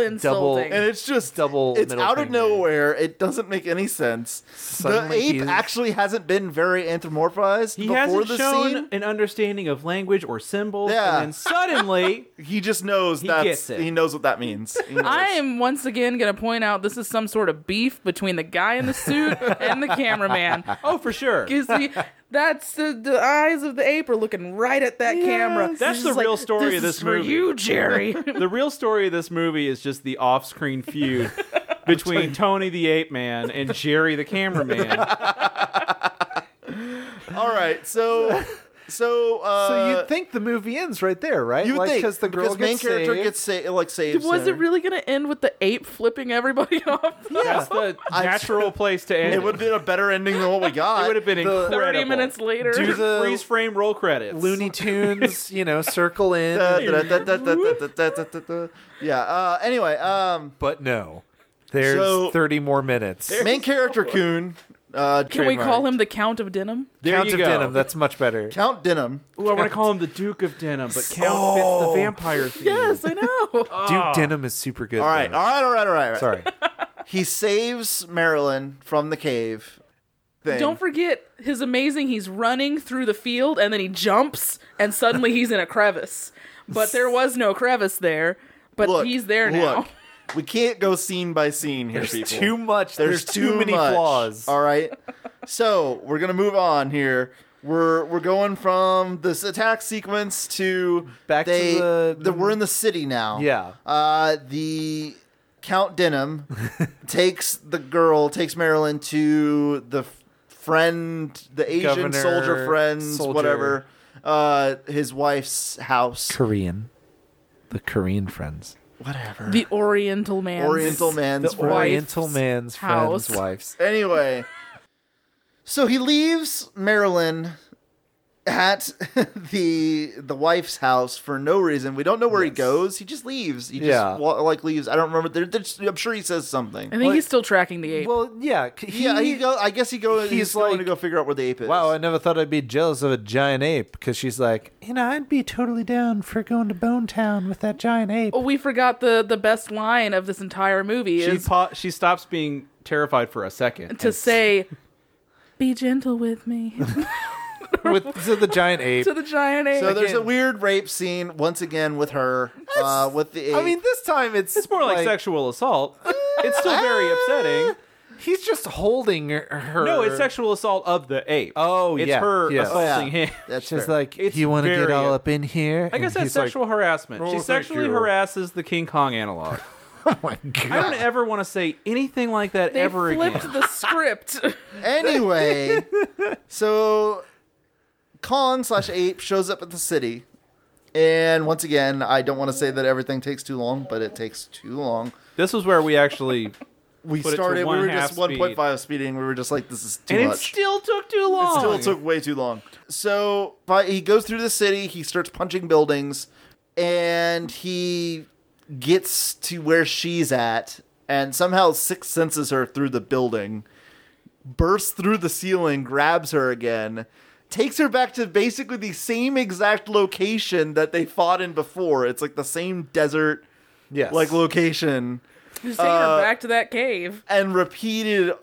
F: insulting.
E: and it's just
D: Double
E: It's
D: middle
E: out of
D: finger.
E: nowhere. It doesn't make any sense.
D: Suddenly
E: the ape
D: he's-
E: actually hasn't been very anthropomorphized
G: he
E: before
G: hasn't
E: the
G: shown
E: scene.
G: an understanding of language or symbols,
E: Yeah.
G: and
E: *laughs*
G: then suddenly
E: He just knows
G: He
E: that's
G: gets it.
E: he knows what that means. He knows.
F: I am once again going to point out this is some sort of beef between the guy in the *laughs* suit and the cameraman.
G: Oh, for sure.
F: You see, that's the, the eyes of the ape are looking right at that camera.
G: That's
F: It's
G: the
F: just
G: real story of
F: is
G: this
F: for
G: movie." *laughs*
F: you, Jerry.
G: The real story of this movie is just the
F: *laughs*
G: off-screen feud between Tony the Ape Man and Jerry the cameraman.
E: All right, so so uh,
D: So you'd think the movie ends right there, right?
E: you would
D: like,
E: think
D: because the girl
E: because main
D: gets
E: character
D: saved.
E: gets sa- like saved.
F: *laughs* Was it really going to end with the ape flipping everybody *laughs* off?
G: That's the natural place to end.
E: It would have been a better ending than what we got.
G: It would have been
D: The-
G: incredible.
F: 30 minutes later.
D: Do the
G: freeze frame roll credits.
E: *laughs*
D: Looney Tunes, you know, circle in,
E: Da- da- da- da- da- da- da- da- da- da. Yeah. Uh, *laughs* anyway, um,
D: but no. There's
E: So-
D: 30 more minutes.
E: main character Coon. Uh,
F: Can we call him the Count of Denim?
G: There
D: Count
G: you
D: of
G: go.
D: Denim, that's much better.
E: Count Denim?
G: Ooh, I want to call him the Duke of Denim, but Count fits
E: Oh.
G: the vampire theme.
F: Yes, *laughs* I know.
D: Duke Denim is super good.
E: Ah. All right,
D: though.
E: all right, all right, all right. all right.
D: Sorry.
E: he saves Marilyn from the cave. Thing.
F: Don't forget his amazing. He's running through the field and then he jumps and suddenly he's in a crevice. But there was no crevice there. But
E: Look,
F: he's there now.
E: look, we can't go scene by scene here,
D: There's
E: people.
D: too much. There's, too, many
E: much.
D: flaws.
E: All right, so we're gonna move on here. We're we're going from this attack sequence to
D: Back to
E: they-
D: the-
E: the- we're in the city now.
D: Yeah.
E: Uh, the
D: *laughs*
E: Count Denim takes the girl, takes Marilyn to the f- friend, the Asian
D: Governor,
E: soldier friends,
D: soldier.
E: whatever. Uh, his wife's house.
D: Korean. The Korean friends.
E: Whatever.
F: The Oriental man.
E: Oriental man's
D: The
E: wife.
D: Oriental man's
F: house.
D: friends' wives.
E: Anyway, so he leaves Marilyn at *laughs* the the wife's house for no reason. We don't know where he goes. He just leaves. He
D: Yeah.
E: just wa- like leaves. I don't remember. They're, they're just- I'm sure he says something.
F: I think he's still tracking the ape.
D: Well, yeah. c- He,
E: yeah, he go. I guess he go. He's,
D: he's
E: going
D: like,
E: to go figure out where the ape is.
D: Wow, I never thought I'd be jealous of a giant ape because she's like, you know, I'd be totally down for going to Bone Town with that giant ape.
F: oh, we forgot the the best line of this entire movie
G: She
F: is
G: pa- she stops being terrified for a second. *laughs*
F: to say, "Be gentle with me"
D: *laughs*
F: *laughs*
D: with so the
E: *laughs*
D: giant ape.
F: to the giant ape.
E: so there's a
D: Again.
E: weird rape scene once again with her, uh, with the ape.
D: I mean, this time it's
G: It's more like, sexual assault. It's still
E: *laughs*
G: very upsetting.
D: He's just holding her. her-
G: No, it's sexual assault of the ape.
D: Oh,
G: it's
D: yeah,
G: her
D: yeah. Oh,
E: yeah.
G: assaulting him.
E: that's
D: She's
E: fair.
D: like,
G: It's
D: you want to get
G: very-
D: all up in here?
G: I guess that's sexual harassment. She
D: thank
G: sexually
D: you.
G: harasses the King Kong analog.
D: "Oh
G: I don't ever want to say anything like that
F: they
G: ever
F: flipped
G: again.
F: the script. *laughs*
D: *laughs*
E: Anyway, so Kong slash ape shows up at the city, and once again, I don't want to say that everything takes too long, but it takes too long.
G: This was where we actually,
E: We
G: Put it to
E: started. We
G: one
E: were
G: half
E: just one point five speeding. We were just like, this is too
G: and it
E: much.
G: still took too long.
E: Still took way too long. So but he goes through the city. He starts punching buildings, and he gets to where she's at, and somehow six senses her through the building, bursts through the ceiling, grabs her again, takes her back to basically the same exact location that they fought in before. It's like the same desert
D: Yes.
E: like location,
F: Just take her back to that cave.
E: and repeated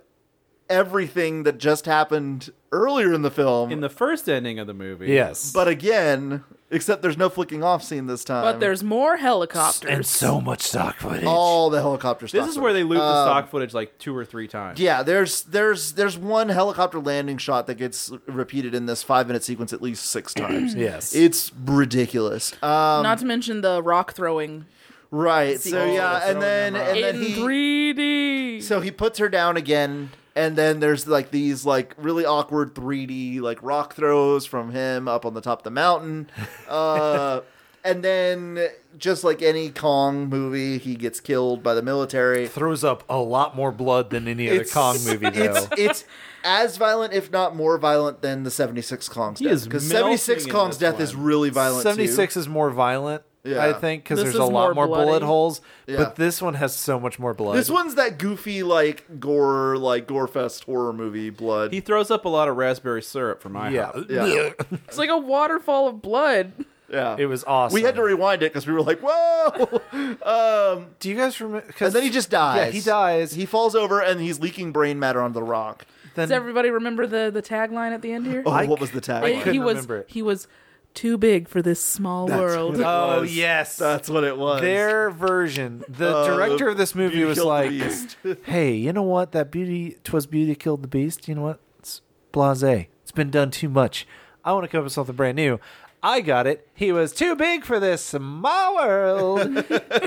E: everything that just happened earlier in the film.
G: in the first ending of the movie.
J: Yes.
E: but again, except there's no flicking off scene this time.
F: But there's more helicopters.
J: so much stock footage.
E: all the helicopter stuff.
G: This is where they loop the stock footage like two or three times.
E: Yeah, there's there's there's one helicopter landing shot that gets repeated in this five minute sequence at least
G: *clears throat*
E: six times.
J: Yes.
E: it's ridiculous. Uh,
F: Not to mention the rock throwing
E: right. So
F: Oh,
E: yeah, and then and
F: in
E: then he
F: 3D.
E: so he puts her down again, and then there's like these like really awkward 3D like rock throws from him up on the top of the
G: *laughs*
E: mountain. Uh, and then just like any Kong movie, he gets killed by the military.
D: Throws up a lot more blood than any other Kong movie, though.
E: It's it's as violent, if not more violent, than the seventy six Kong's
G: He
E: death.
G: is
E: Because seventy six
G: melting in
E: Kong's
G: this
E: death is
G: one.
E: really violent. too.
D: 76 is more violent,
E: Yeah.
D: I think, because
F: This
D: there's
F: is
D: a
F: more
D: lot more, bullet
F: bloody.
D: holes.
E: Yeah.
D: But this one has so much more blood.
E: This one's that goofy like gore like gore fest horror movie blood.
G: He throws up a lot of raspberry syrup from my
D: *laughs* yeah.
E: Yeah.
F: It's like a waterfall of blood.
E: yeah,
D: It was awesome.
E: We had to rewind it because we were like,
G: *laughs*
E: "Whoa!"
J: Do you guys remember?
E: and then he just dies.
J: Yeah, he dies.
E: He falls over and he's leaking brain matter onto the rock.
F: Does everybody remember the, the tagline at the end here?
E: Oh, what was the tag?
F: he was
D: remember it.
F: he was too big for this small world. *laughs*
D: Oh, yes.
E: That's what it was.
D: Their version. The
E: Uh,
D: director of this movie
E: Beauty
D: was
E: Killed the
D: like,
E: Beast. *laughs*
D: hey, you know what? That beauty, twas beauty killed the beast. You know what? It's blase. It's been done too much. I want to come up with something brand new. I got it. He was too big for this small
E: *laughs*
D: world, and it,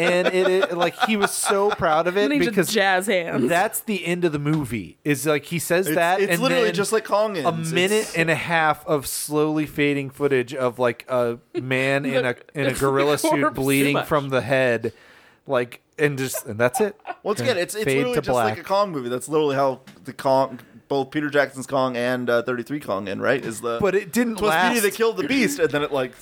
D: it like he was so proud of it
F: And he just
D: because
F: jazz hands.
D: That's the end of the movie. Is like he says
E: It's-
D: that.
E: it's
D: and
E: literally
D: then
E: just like Kong
D: A
E: ends.
D: minute
E: It's-
D: and a half of slowly fading footage of like a man in a in
F: *laughs*
D: a gorilla suit
F: corpse.
D: bleeding from the head, like and just and that's
F: *laughs*
D: it.
E: Once again, it's it's
D: Fade
E: literally
D: to
E: just like a
D: black.
E: Kong movie. That's literally how the Kong, both Peter Jackson's Kong and uh, 33 Kong end, right? Is the
D: But it didn't
E: Plus
D: last.
E: Beauty that killed the beast, and then it like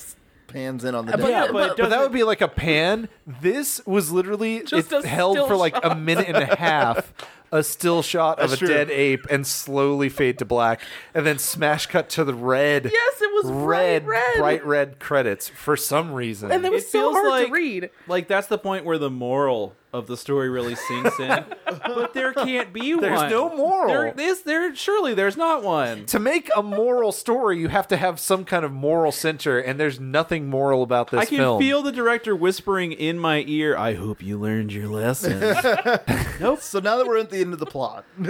E: pans in on the.
F: But-
E: dead.
G: Yeah, but,
F: but-
G: it
D: But that
G: doesn't-
D: would be like a pan. This was literally
F: Just
D: it
F: a
D: held
F: still
D: for like a minute and a half. A still shot of
E: That's
D: a
E: true.
D: dead ape and slowly fade to black, and then smash cut to the red.
F: Yes, it was bright red.
D: bright red credits for some reason.
F: and it was
G: It
F: so
G: feels
F: hard
G: like
F: to read.
G: like that's the point where the moral of the story really sinks in. but there can't be one.
D: There's no moral.
G: There is there surely there's not one.
D: to make a moral story, you have to have some kind of moral center, and there's nothing moral about this
G: I can
D: film.
G: feel the director whispering in my ear, I hope you learned your lesson.
E: So now that we're at the end of the plot,
D: we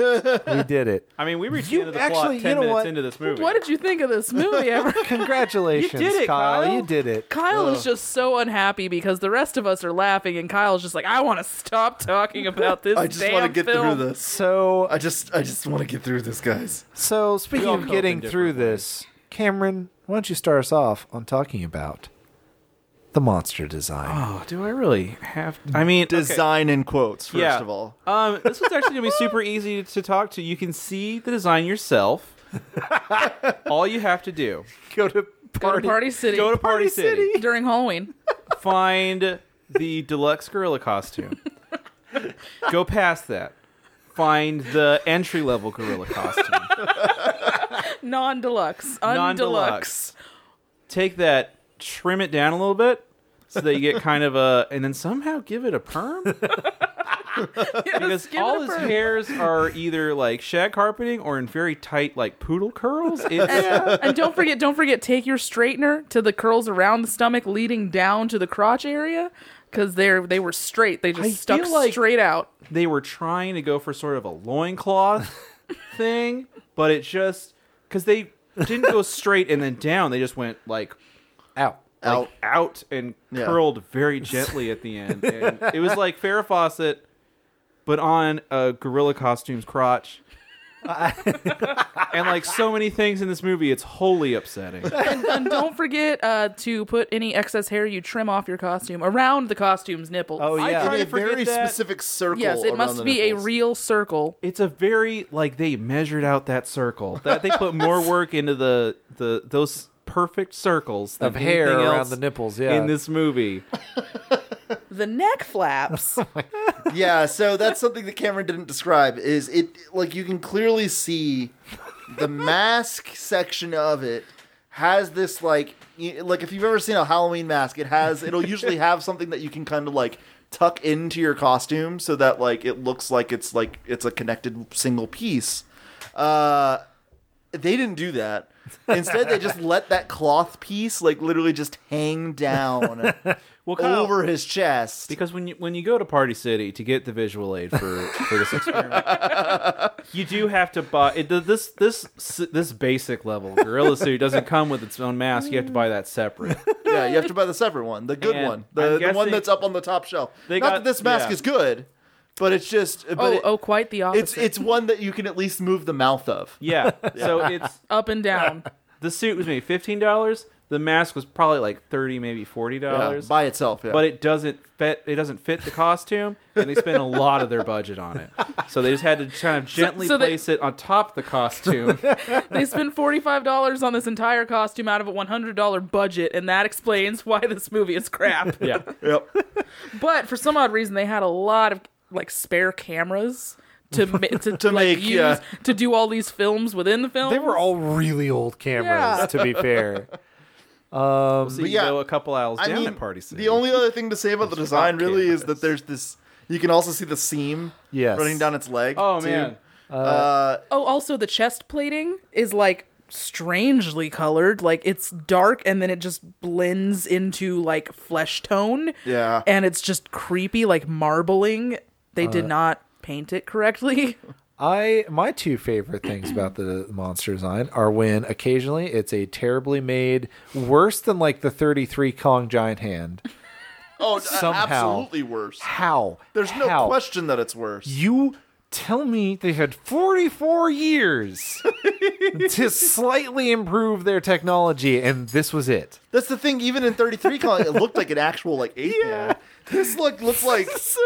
D: did it.
G: I mean, we reached
D: You
G: the end of the
D: actually-
G: plot
D: you
G: 10
D: know
G: minutes
D: what?
G: into this movie.
F: What did you think of this movie ever?
D: Congratulations,
G: *laughs* You did it, Kyle.
D: You did it.
F: Kyle is just so unhappy because the rest of us are laughing, and Kyle's just like, "I want to stop talking about this
E: I just
F: damn
E: want to get
F: film."
E: through this.
D: So uh,
E: I just I just want to get through this, guys.
D: So speaking
G: all
D: of
G: cope in
D: getting
G: different
D: through
G: ways.
D: this, Cameron, why don't you start us off on talking about the monster design?
G: Oh, do I really have to? I mean, okay.
E: Design in quotes, first
G: Yeah.
E: of all.
G: Um, this was actually gonna be super easy to talk to. You can see the design yourself. All you have to do
D: Go to
F: Go to Party City
G: go to Party, City,
F: during Halloween.
G: find the deluxe gorilla costume. go past that. Find the entry level gorilla costume.
F: Non-deluxe, undeluxe.
G: non-deluxe. Take that, trim it down a little bit, so that you get kind of a, and then somehow give it
F: *laughs*
G: a perm because
F: give it
G: all
F: a
G: his
F: perm.
G: hairs are either like shag carpeting or in very tight like poodle curls.
F: *laughs*
G: It's,
F: and don't forget, don't forget, take your straightener to the curls around the stomach, leading down to the crotch area, because they're they were straight. They just
G: I
F: stuck
G: feel like-
F: straight out.
G: they were trying to go for sort of a loincloth thing, but it just because they didn't go straight and then down, they just went like
D: out.
E: Out.
G: out and
E: Yeah.
G: curled very gently at the end. And it was like Farrah Fawcett, but on a gorilla costume's crotch. and like so many things in this movie, it's wholly upsetting.
F: And, and don't forget uh, to put any excess hair you trim off your costume around the costume's nipples.
D: *laughs* Oh yeah.
G: try-
E: In
G: to
E: a
G: forget
E: very
G: that-
E: specific circle.
F: yes, it
E: around
F: must
E: the
F: be a
E: nipples.
F: real circle.
G: It's a very like they measured out that circle. That they put more work into the the those perfect circles than
D: Of hair
G: anything
D: around
G: else
D: the nipples, yeah.
G: in this movie.
F: The neck
E: *laughs*
F: flaps.
E: yeah so that's something that cameron didn't describe is it like you can clearly see the mask section of it
F: *laughs*
E: has this like y- like if you've ever seen a halloween mask it has it'll usually have something that you can kind of like tuck into your costume so that like it looks like it's like it's a connected single piece. Uh, they didn't do that. Instead,
F: *laughs*
E: they just let that cloth piece like literally just hang down
G: Well, Kyle,
E: over his chest.
G: Because when you when you go to Party City to get the visual aid for, for this
F: *laughs*
G: experiment, you do have to buy it, this this this basic level gorilla suit doesn't come with its own mask. You have to buy
F: *laughs*
G: that separate.
E: yeah, you have to buy the separate one, the good
G: And
E: one, the,
G: I'm
E: the one
G: guessing-
E: that's up on the top shelf.
G: They
E: Not
G: got-
E: that this mask
G: yeah.
E: is good, but it's just. But
F: Oh,
E: it-
F: oh, quite the opposite.
E: it's it's one that you can at least move the mouth of.
G: Yeah, so it's
F: up and
E: *laughs*
F: down.
G: the suit was maybe fifteen dollars. The mask was probably like thirty, maybe forty
E: Yeah,
G: dollars.
E: by itself, yeah.
G: but it doesn't fit. It doesn't fit the costume, and they spent a lot of their budget on it. So they just had to kind of gently
F: so they-
G: place it on top of the
F: *laughs*
G: costume.
F: They spent $45 on this entire costume out of a $100 budget, and that explains why this movie is crap.
G: yeah,
E: yep.
F: But for some odd reason, they had a lot of like spare cameras to ma- to,
E: *laughs* To
F: like,
E: make,
F: use,
E: yeah.
F: to do all these films within the film.
D: They were all really old cameras,
F: Yeah.
D: to be
G: *laughs*
D: fair.
G: so you
E: yeah,
G: go a couple aisles
E: I
G: down
E: mean,
G: at Party City.
E: the only other thing to say about the design
G: rock
E: really is
G: cameras.
E: that there's this. You can also see the seam
D: Yes.
E: running down its leg.
G: oh
E: too.
G: man,
F: Oh, also the chest plating is like strangely colored. Like it's dark and then it just blends into like flesh tone.
E: Yeah.
F: And it's just creepy, like marbling. They
E: Uh.
F: did not paint it correctly.
D: I my two favorite things about the monster design are when occasionally it's a terribly made, worse than like the thirty three Kong giant hand.
E: Oh,
D: Somehow.
E: absolutely worse.
D: How?
E: There's no
D: How?
E: question that it's worse.
D: You tell me they've had forty four
E: *laughs*
D: years to slightly improve their technology, and this was it.
E: That's the thing. Even in 33 Kong, it looked like an actual like ape man. This look looks
G: *laughs*
E: like
D: So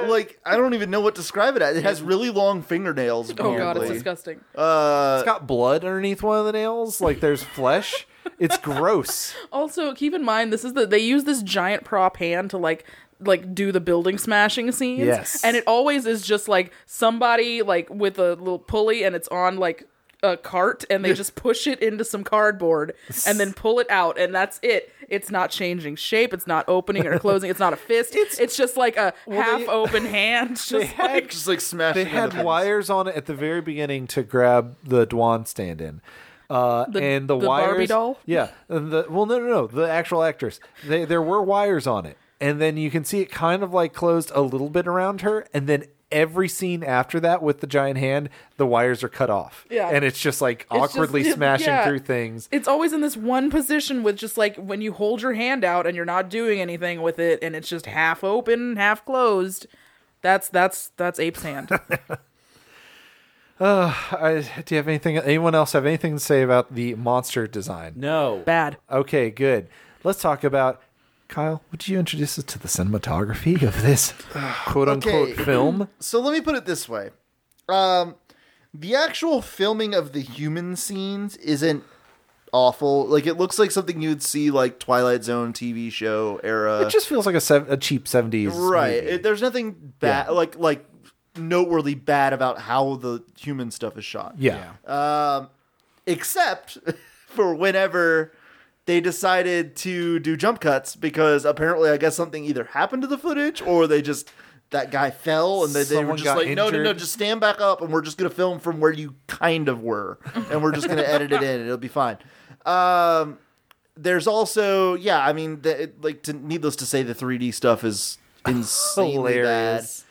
D: bad.
E: like I don't even know what to describe it as. It has really long fingernails.
F: oh god, it's
E: weirdly.
F: disgusting.
E: Uh,
D: It's got blood underneath one of the nails. Like there's flesh. It's gross.
F: Also, keep in mind this is the they use this giant prop hand to like like do the building smashing scenes.
D: Yes.
F: And it always is just like somebody like with a little pulley and it's on like a cart and they just push it into some cardboard and then pull it out and that's it. It's not changing shape, it's not opening or closing, it's not a fist. It's, just like a half open hand. Just
D: had
F: like
E: *laughs* just like smashing.
D: They had
E: into things.
D: wires on it at the very beginning to grab the Dwan stand-in. Uh,
F: The-
D: and the,
F: the
D: wires,
F: Barbie doll?
D: yeah. and The, well, no, no, no. The actual actress. They, there were wires on it, and then you can see it kind of like closed a little bit around her, and then every scene after that with the giant hand, the wires are cut off.
F: Yeah.
D: and it's just like
F: just- *laughs*
D: awkwardly smashing
F: yeah.
D: through things.
F: it's always in this one position with just like when you hold your hand out and you're not doing anything with it and it's just half open half closed that's that's that's ape's hand
D: *laughs* I, Uh, do you have anything? Anyone else have anything to say about the monster design?
G: no.
F: bad
D: Okay, good. Let's talk about Kyle. Would you introduce us to the cinematography of this quote unquote
E: Okay.
D: film?
E: So let me put it this way: um, the actual filming of the human scenes isn't awful. Like it looks like something you'd see like Twilight Zone TV show era.
D: It just feels like a, sev- a cheap 70s.
E: right.
D: movie.
E: It, there's nothing bad. Like like noteworthy bad about how the human stuff is shot.
D: yeah.
E: except *laughs* for whenever they decided to do jump cuts because apparently I guess something either happened to the footage or they just that guy fell and they, they were
D: Someone
E: just
D: got
E: like no no no
D: injured.
E: just stand back up and we're just gonna film from where you kind of were and we're just gonna edit it in it'll be fine. Um, there's also yeah I mean the, it- like to, needless to say the 3D
D: *laughs*
E: stuff is insanely
D: Oh, Hilarious.
E: bad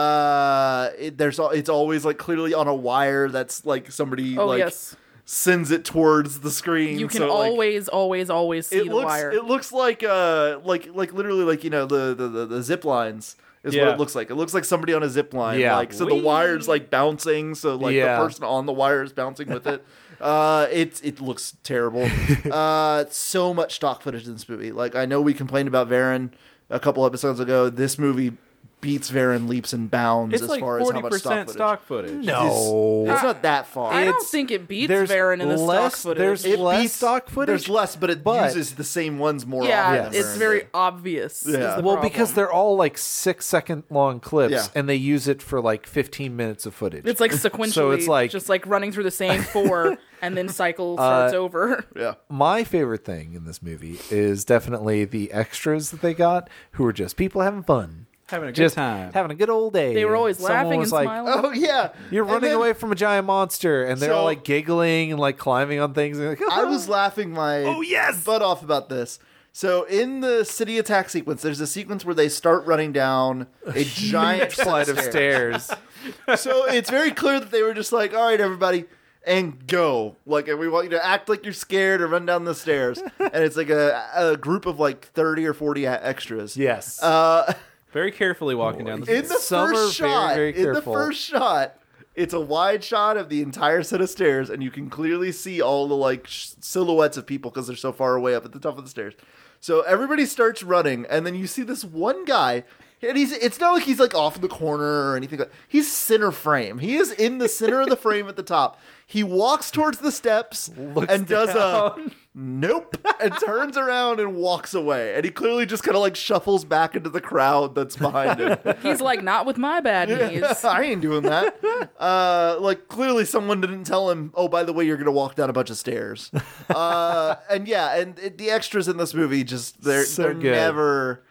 E: uh it, there's al- it's always like clearly on a wire that's like somebody
F: oh
E: like
F: yes
E: sends it towards the screen
F: you can
E: so, like,
F: always always always see
E: it
F: the
E: looks
F: wire
E: it looks like uh like like literally like you know the the the, the zip lines is
G: Yeah.
E: what it looks like. It looks like somebody on a zip line.
D: Yeah.
E: Like so the wire's like bouncing, so like
D: Yeah.
E: the person on the wire is bouncing
D: *laughs*
E: with it. Uh it it looks terrible. uh so much stock footage in this movie. Like I know we complained about Varen a couple episodes ago. This movie beats Varen leaps and bounds
G: It's
E: as
G: like
E: far as how
G: forty
E: much stock
G: percent
E: footage.
G: stock footage.
D: No.
E: It's not that far.
F: i don't
D: it's-
F: think it beats
D: there's
F: Varen in the stock
D: less-
F: footage
D: there's
E: it
D: less
E: beats-
D: stock footage,
E: There's less, but it
D: but-
E: uses the same ones more
F: yeah
E: often. than
F: it's
E: Varen
F: very
E: did.
F: obvious is
E: Yeah.
F: the
D: Well, because
F: problem.
D: they're all like six second long clips
E: Yeah.
D: and they use it for like 15 minutes of footage.
F: it's like
D: *laughs*
F: sequentially
D: So it's like- Uh,
F: just like running through the
D: *laughs*
F: same four and then cycle starts over *laughs*
E: Yeah.
D: my favorite thing in this movie is definitely the extras that they got who were just people having fun.
G: having a good
D: just
G: time.
D: having a good old day.
F: They were always
D: Someone
F: laughing
D: was
F: and
D: like, *laughs*
F: smiling.
E: *laughs* Oh yeah,
D: You're
E: And
D: running
E: then
D: away from a giant monster, and they're all
E: So-
D: like giggling and like climbing on things. *laughs* And like,
E: I *laughs* was laughing my oh yes butt off about this. So in the city attack sequence, there's a sequence where they start running down a giant
D: flight of stairs.
E: *laughs* so it's very clear that they were just like, all right, everybody, and go. Like, and we want you to act like you're scared and run down the stairs. And it's like a, a group of like 30 or 40 a- extras.
D: yes.
E: Uh,
G: Very carefully walking down the
E: In the
D: Some are
E: first shot,
D: very, very
E: in the
D: careful.
E: first shot, it's a wide shot of the entire set of stairs, and you can clearly see all the like sh- silhouettes of people because they're so far away up at the top of the stairs. So everybody starts running, and then you see this one guy, and he's—it's not like he's like off in the corner or anything. Like, he's center frame. He is in the center of the frame at the top. He walks towards the steps and does a nope and turns around and walks away. And he clearly just kind of like shuffles back into the crowd that's behind him.
F: He's like, not with my bad knees.
E: *laughs* I ain't doing that. Uh, like clearly someone didn't tell him. Oh, by the way, you're gonna walk down a bunch of stairs. Uh, and yeah, and it, the extras in this movie just they're
D: So
E: they're
D: good.
E: never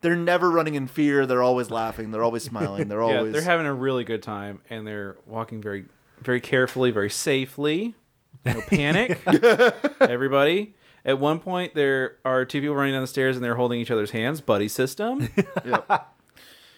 E: they're never running in fear. They're always laughing. They're always smiling. They're
G: Yeah,
E: always
G: they're having a really good time and they're walking very, very carefully, very safely.
E: *laughs*
G: No panic, everybody. At one point, there are two people running down the stairs and they're holding each other's hands, buddy system.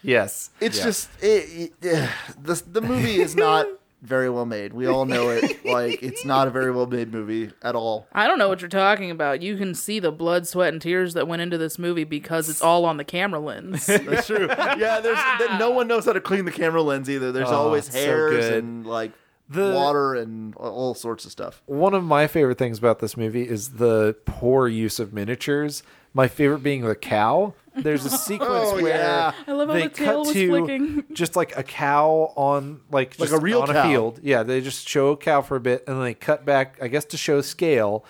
D: yes.
E: It's just it, it, eh, the the movie is not very well made. We all know it. Like it's not a very well made movie at all.
F: I don't know what you're talking about. You can see the blood, sweat, and tears that went into this movie because it's all on the camera
E: *laughs*
F: lens.
E: That's true. Yeah, there's that no one knows how to clean the camera lens either. There's always
D: it's Oh, so
E: hairs
D: good.
E: and like
D: The-
E: water and all sorts of stuff.
D: One of my favorite things about this movie is the poor use of miniatures. My favorite being the cow. There's
E: *laughs*
D: a sequence
E: Oh,
D: where
E: yeah.
F: I love how
D: they
F: the
D: cut
F: tail was
D: to
F: flicking.
D: just like a cow on like
E: Like
D: just
E: a real
D: on
E: cow.
D: a field. Yeah, they just show a cow for a bit and then they cut back, I guess, to show scale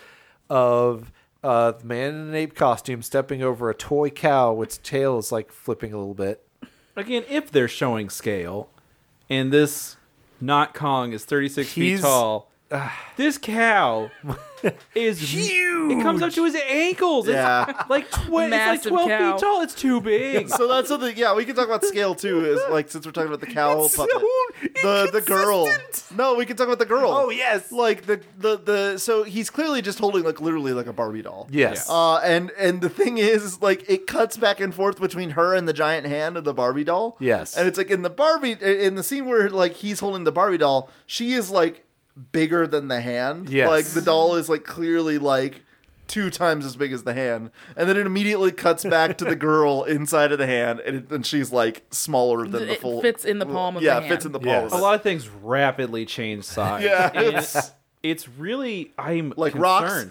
D: of uh, the man in an ape costume stepping over a toy cow, which tail is like flipping a little bit.
G: Again, if they're showing scale and this not Kong is 36
D: He's-
G: feet tall,
E: uh, *laughs*
G: this cow is huge. It comes up to his ankles.
E: Yeah.
G: It's like, tw- it's like
F: Massive
G: 12
F: cow.
G: feet tall. It's too big.
E: So that's something. Yeah, we can talk about scale too. Is like since we're talking about the cow
F: *laughs*
E: puppet, the the girl. No, we can talk about the girl. Oh yes, like the the the. So he's clearly just holding like literally like a Barbie doll.
D: Yes.
E: Uh, and and the thing is, like, it cuts back and forth between her and the giant hand of the Barbie doll.
D: Yes.
E: and it's like in the Barbie in the scene where like he's holding the Barbie doll, she is like bigger than the hand.
D: Yes.
E: like the doll is like clearly like two times as big as the hand, and then it immediately cuts back
D: *laughs*
E: to the girl inside of the hand, and, it, and she's like smaller than the
F: It
E: full.
F: fits in the palm of the
E: yeah,
F: hand.
E: it fits in the palm.
D: Yes.
E: Of
G: a
E: it.
G: lot of things rapidly change size.
E: Yeah, *laughs*
G: And
E: it's-
G: it's, really I'm
E: like
G: concerned.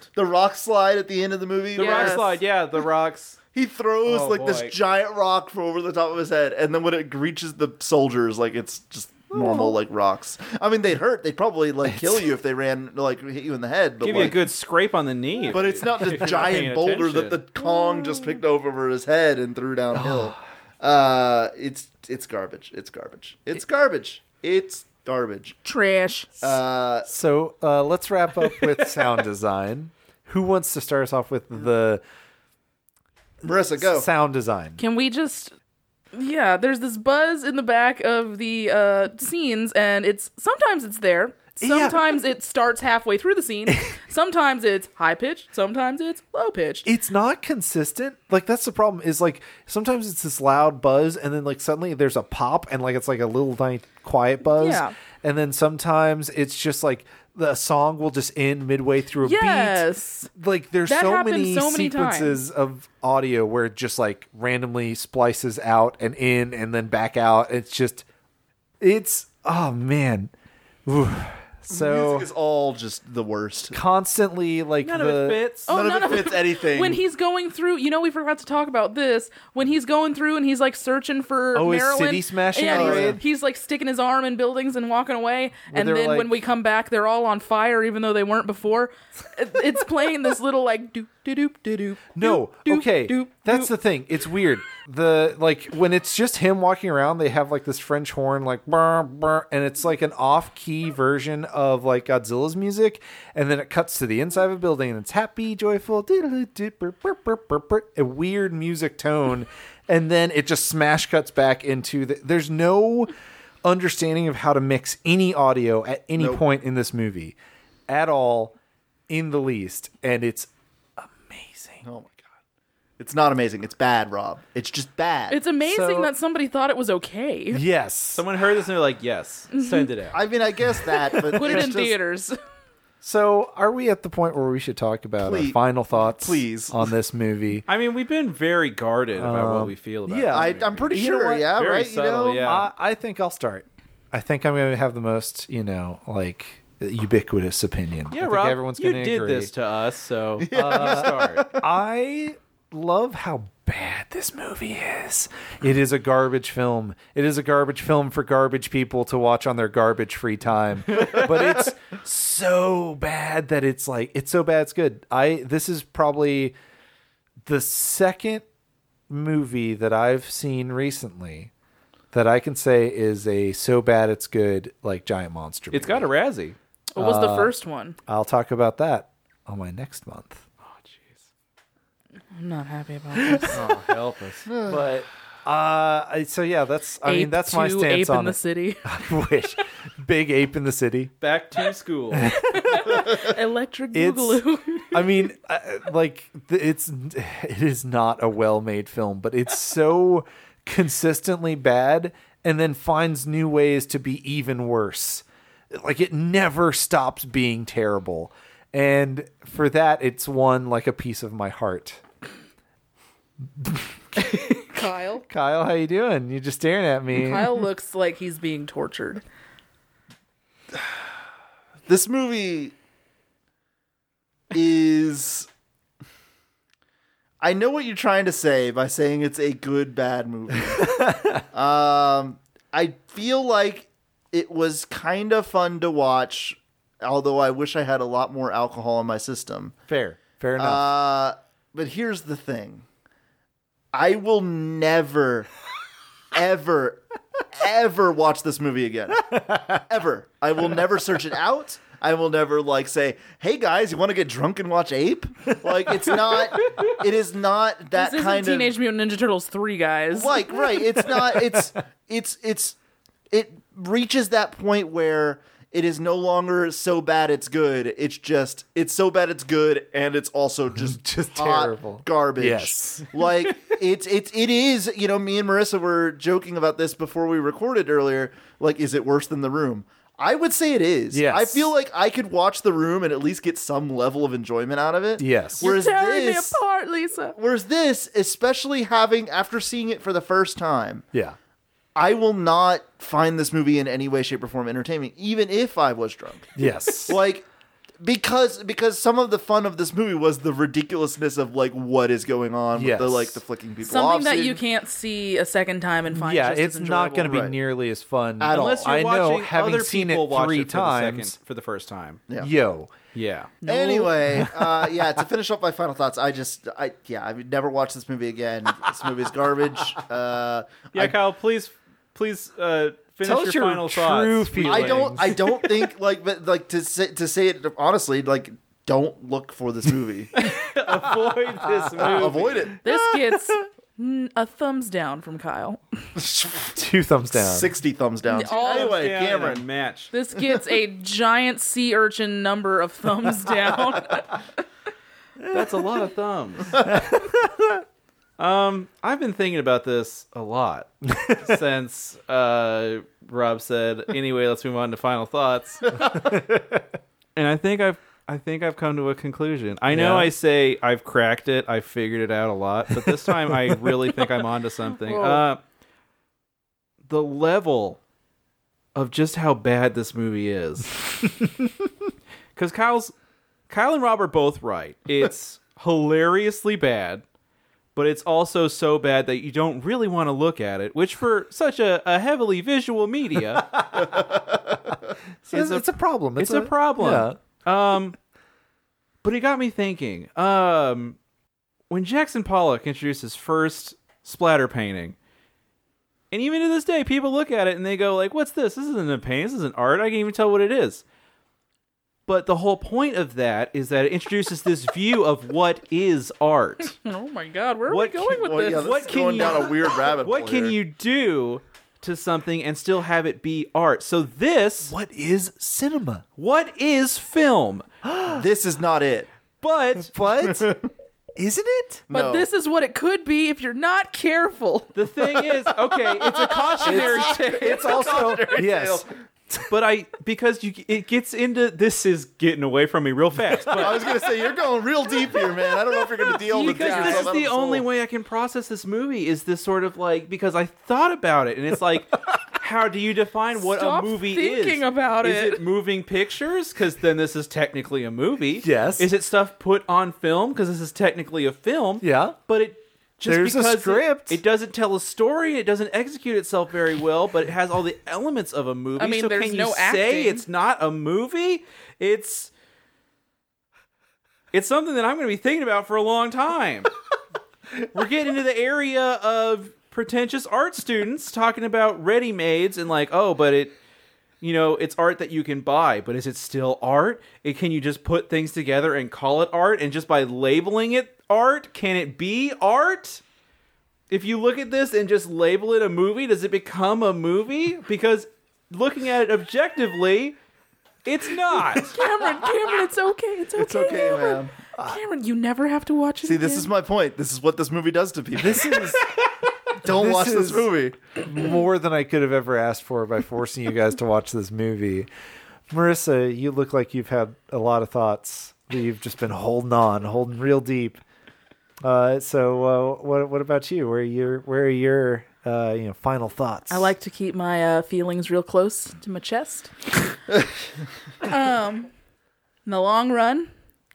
E: rocks, the rock slide at the end of the movie.
G: The
E: where
G: rock
F: Yes.
G: slide, yeah, the rocks.
E: He throws
G: Oh,
E: like
G: boy.
E: this giant rock from over the top of his head, and then when it reaches the soldiers, like it's just normal like rocks. I mean, they'd hurt. They'd probably like kill you if they ran like hit you in *laughs* the head. But
G: Give you
E: like,
G: a good scrape on the knee.
E: But it's
G: *laughs*
E: not the
G: not paying
E: giant boulder that the
G: attention.
E: Kong just picked up over his head and threw
G: *sighs*
E: downhill. uh, it's it's garbage. It's garbage. It's garbage. It's garbage.
F: Trash.
E: Uh,
D: So uh, let's wrap up with sound design. Who wants to start us off with the
E: Marissa, go.
D: sound design?
F: Can we just Yeah, there's this buzz in the back of the uh scenes and it's sometimes it's there. Sometimes it starts halfway through the
E: *laughs*
F: scene. sometimes it's high pitched, sometimes it's low pitched.
D: It's not consistent. Like that's the problem. Is like sometimes it's this loud buzz, and then like suddenly there's a pop, and like it's like a little tiny quiet buzz.
F: Yeah.
D: And then sometimes it's just like the song will just end midway through a
F: Yes.
D: beat. Like there's
F: That
D: so
F: happened
D: many,
F: so many
D: sequences of audio where it just like randomly splices out and in and then back out. It's just it's oh man. Ooh. So
E: Music is all just the worst.
D: constantly like
G: None
D: the
G: of it fits.
F: Oh,
E: None of it fits anything.
F: When he's going through, you know, we forgot to talk about this. When he's going through and he's like searching for
D: Oh, his
F: Maryland,
D: city smashing
F: yeah, he's,
D: parade?
F: he's, like sticking his arm in buildings and walking away. and
D: they're
F: then when
D: like-
F: we come back, they're all on fire, even though they weren't before. It- it's playing this little like doop doop doop doop. doop,
D: No,
F: doop,
D: okay.
F: doop,
D: That's
F: doop.
D: the thing. It's weird. The like when it's just him walking around, they have like this French horn like brr, brr, and it's like an off-key version of like Godzilla's music and then it cuts to the inside of a building and it's happy, joyful, doodle-doo, brr, brr, brr, brr, brr, a weird music tone and then it just smash cuts back into the. There's no understanding of how to mix any audio at any point in this movie, at all, in the least, and it's amazing.
E: Oh my god. It's not amazing. It's bad, Rob. It's just bad.
F: It's amazing
D: So-
F: that somebody thought it was okay.
D: Yes,
G: Someone heard this and they're like, "Yes, send it out."
E: I mean, I guess that,
F: *laughs*
E: but
F: Put it
E: it's
F: in
E: just-
F: theaters.
D: So, are we at the point where we should talk about our
E: Please-
D: final thoughts,
E: please.
D: on this movie?
G: I mean, we've been very guarded about what we feel about.
D: Um, yeah,
G: this
E: I,
G: movie.
E: I'm pretty
D: You know
E: sure.
D: what?
E: yeah,
G: Very
E: right.
G: subtle,
E: you know,
G: *laughs* yeah.
D: I, I think I'll start. I think I'm going to have the most, you know, like ubiquitous opinion. I
G: yeah,
D: think
G: Rob.
D: everyone's
G: you
D: gonna
G: did
D: agree.
G: this to
D: *laughs*
G: us, so uh, start.
D: I love how bad this movie is. It is a garbage film. It is a garbage film for garbage people to watch on their garbage free time. but it's so bad that it's like it's so bad it's good. I this is probably the second movie that I've seen recently that I can say is a so bad it's good like giant monster.
G: It's got a
D: movie.
G: Razzie.
F: What was
D: uh,
F: the first one?
D: I'll talk about that on my next month.
F: I'm not
D: *laughs*
F: happy about this.
G: Oh, help us.
D: but uh I- so yeah that's i mean
F: Ape
D: that's my
F: to
D: stance
F: ape in
D: on
F: the
D: it
F: city.
D: *laughs* I wish big ape in the city
G: Back to school.
F: Electric
D: It's-
F: Boogaloo.
D: i mean uh, like th- it's it is not a well-made film but it's so consistently bad and then finds new ways to be even worse like it never stops being terrible and for that it's won like a piece of my heart *laughs*
F: Kyle.
D: kyle how you doing you just staring at me
F: Kyle looks like he's being tortured.
E: This movie is. I know what you're trying to say by saying it's a good bad movie. um, I feel like it was kind of fun to watch, although I wish I had a lot more alcohol in my system.
D: *laughs* fair fair enough
E: Uh, but here's the thing I will never, ever, ever watch this movie again. Ever. I will never search it out. I will never like say, "Hey guys, you want to get drunk and watch Ape?" Like it's not, it is not that
F: This isn't
E: kind of
F: Teenage Mutant Ninja Turtles three guys.
E: like right it's not it's it's it's it reaches that point where it is no longer so bad it's good it's just it's so bad it's good and
D: *laughs*
E: it's also just
D: Just
E: hot
D: terrible.
E: garbage
D: Yes.
E: like it's it's it is you know me and marissa were joking about this before we recorded earlier like is it worse than the room I would say it is.
D: Yes.
E: I feel like I could watch The Room and at least get some level of enjoyment out of it.
D: Yes.
F: *laughs*
E: Whereas
F: Tearing me
E: this,
F: apart, Lisa.
E: whereas this, especially having after seeing it for the first time,
D: yeah
E: I will not find this movie in any way, shape, or form entertaining, even if I
D: *laughs*
E: was drunk.
D: yes
E: Like because because some of the fun of this movie was the ridiculousness of like what is going on
D: Yes.
E: with the like the flicking people off.
F: Something that
E: scene.
F: you can't see a second time and find.
D: yeah,
F: just
D: it's
F: as
D: not going to be
E: Right.
D: nearly as fun
E: At all.
G: Unless you're
D: I know,
G: watching
D: having
G: other
D: seen
G: people
D: it
G: watch
D: three
G: it for the second-
D: times-
G: for the first time.
E: Yeah.
D: Yo, *laughs*
G: Yeah.
E: Anyway, uh, yeah. To finish up my final thoughts, I just, I yeah, I've never watched this movie again. This movie's garbage. Uh,
G: Yeah, Kyle, please, please uh, finish
D: Tell
G: your,
D: us your
G: final
D: true
G: thoughts. *laughs*
D: feelings.
E: I don't. I don't think like, but like to say to say it honestly, like don't look for this movie.
G: Avoid
D: *laughs*
G: this movie.
E: Avoid it.
F: This
E: *laughs*
F: gets mm, a thumbs down from Kyle.
D: two thumbs down.
E: Sixty thumbs down.
F: *laughs*
G: oh,
F: All
E: anyway,
G: Yeah, in a
E: Cameron.
G: match.
F: This gets a giant sea urchin number of
E: *laughs*
F: thumbs down. *laughs*
G: That's a lot of thumbs. um, I've been thinking about this a lot since uh, Rob said. Anyway, let's move on to final thoughts. and I think I've. I think I've come to a conclusion. I know
D: Yeah.
G: I say I've cracked it, I've figured it out a lot, but this time I really think I'm onto something. Uh, the level of just how bad this movie is. Because Kyle's Kyle and Rob are both right. It's hilariously bad, but it's also so bad that you don't really want to look at it, which for such a, a heavily visual media
D: it's, it's a, problem.
G: it's a *laughs* problem. Um But it got me thinking. Um when Jackson Pollock introduced his first splatter painting, and even to this day, people look at it and they go like, "What's this? This isn't a painting. This isn't art. I can't even tell what it is." But the whole point of that is that it introduces this view of what is art.
F: Oh my god, *laughs* where are
G: What
F: we going
G: can-
F: with
G: well,
F: this?
G: yeah,
E: this
G: What
E: is
G: can
E: going
G: you-
E: down a
G: *laughs*
E: weird rabbit hole
G: What can
E: here.
G: you do to something and still have it be art? So this
D: What is cinema?
G: what is film?
K: This is not it.
G: But
D: *laughs* What? Isn't it?
F: but this is what it could be if you're not careful. *laughs*
G: the thing is, okay, it's a cautionary tale.
D: *laughs* It's also yes.
G: but I because you it gets into this is getting away from me real fast. But
E: I was gonna say you're going real deep here, man. I don't know if you're gonna
G: *laughs*
E: deal with
G: because
E: this.
G: this is the only way I can process this movie is this sort of like because I thought about it and it's
D: *laughs*
G: like how do you define what
F: Stop
G: a movie is?
F: thinking about
G: Is
F: it.
G: it moving pictures? Because then this is technically a movie.
D: Yes.
G: Is it stuff put on film? Because this is technically a film.
D: Yeah.
G: But it just
D: There's a
G: because it-
D: script.
G: It, doesn't tell a story. It doesn't execute itself very well, but it has all the elements of a movie.
F: I mean,
G: so
F: there's
G: can you
F: no
G: say
F: acting.
G: it's not a movie? It's it's something that I'm going to be thinking about for a
F: *laughs*
G: long time. We're getting into the area of pretentious art students talking about ready mades and like, oh, but it, you know, it's art that you can buy, but is it still art? It, can you just put things together and call it art? And just by labeling it art, can it be art? If you look at this and just label it a movie, does it become a movie? Because looking at it objectively, it's not.
F: Cameron, Cameron, it's okay. It's okay.
E: It's okay,
F: Cameron.
E: man.
F: Cameron, you never have to watch it.
E: See, this
F: again.
E: is my point. This is what this movie does to people.
D: This is
E: *laughs* don't
D: this
E: watch
D: is-
E: this movie.
D: more *laughs* than I could have ever asked for by forcing you guys to watch this movie. Marissa, you look like you've had a lot of thoughts that you've just been holding on, holding real deep. Uh, so, uh, what what about you? Where are your where are your uh, you know final thoughts?
F: I like to keep my uh, feelings real close to my
G: *laughs*
F: chest. um, in the long run,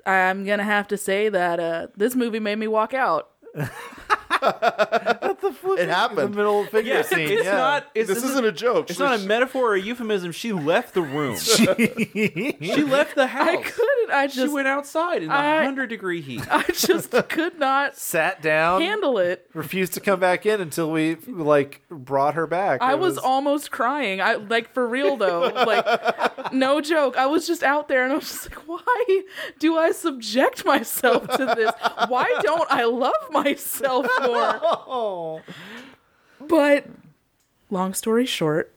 F: I'm gonna have to say that uh, this movie made me walk out.
E: It
D: the
E: happened.
D: middle finger
G: Yeah,
D: scene.
G: It's
D: yeah.
G: not. It's,
E: This isn't a joke.
G: It's not a metaphor or a euphemism. She left
D: *laughs*
G: the room. she left the house.
F: I couldn't. I
G: Oh. she
F: just.
G: went outside in
F: I-
G: a hundred degree heat.
F: I
G: *laughs*
F: just could
D: *laughs*
F: not
D: Sat down,
G: Um,
F: handle it.
D: refused to come back in until we like brought her back.
F: I
D: It
F: was almost crying. I like for real though. Like no joke. I was just out there and I was just like, why do I subject myself to this? Why don't I love myself more? But long story short,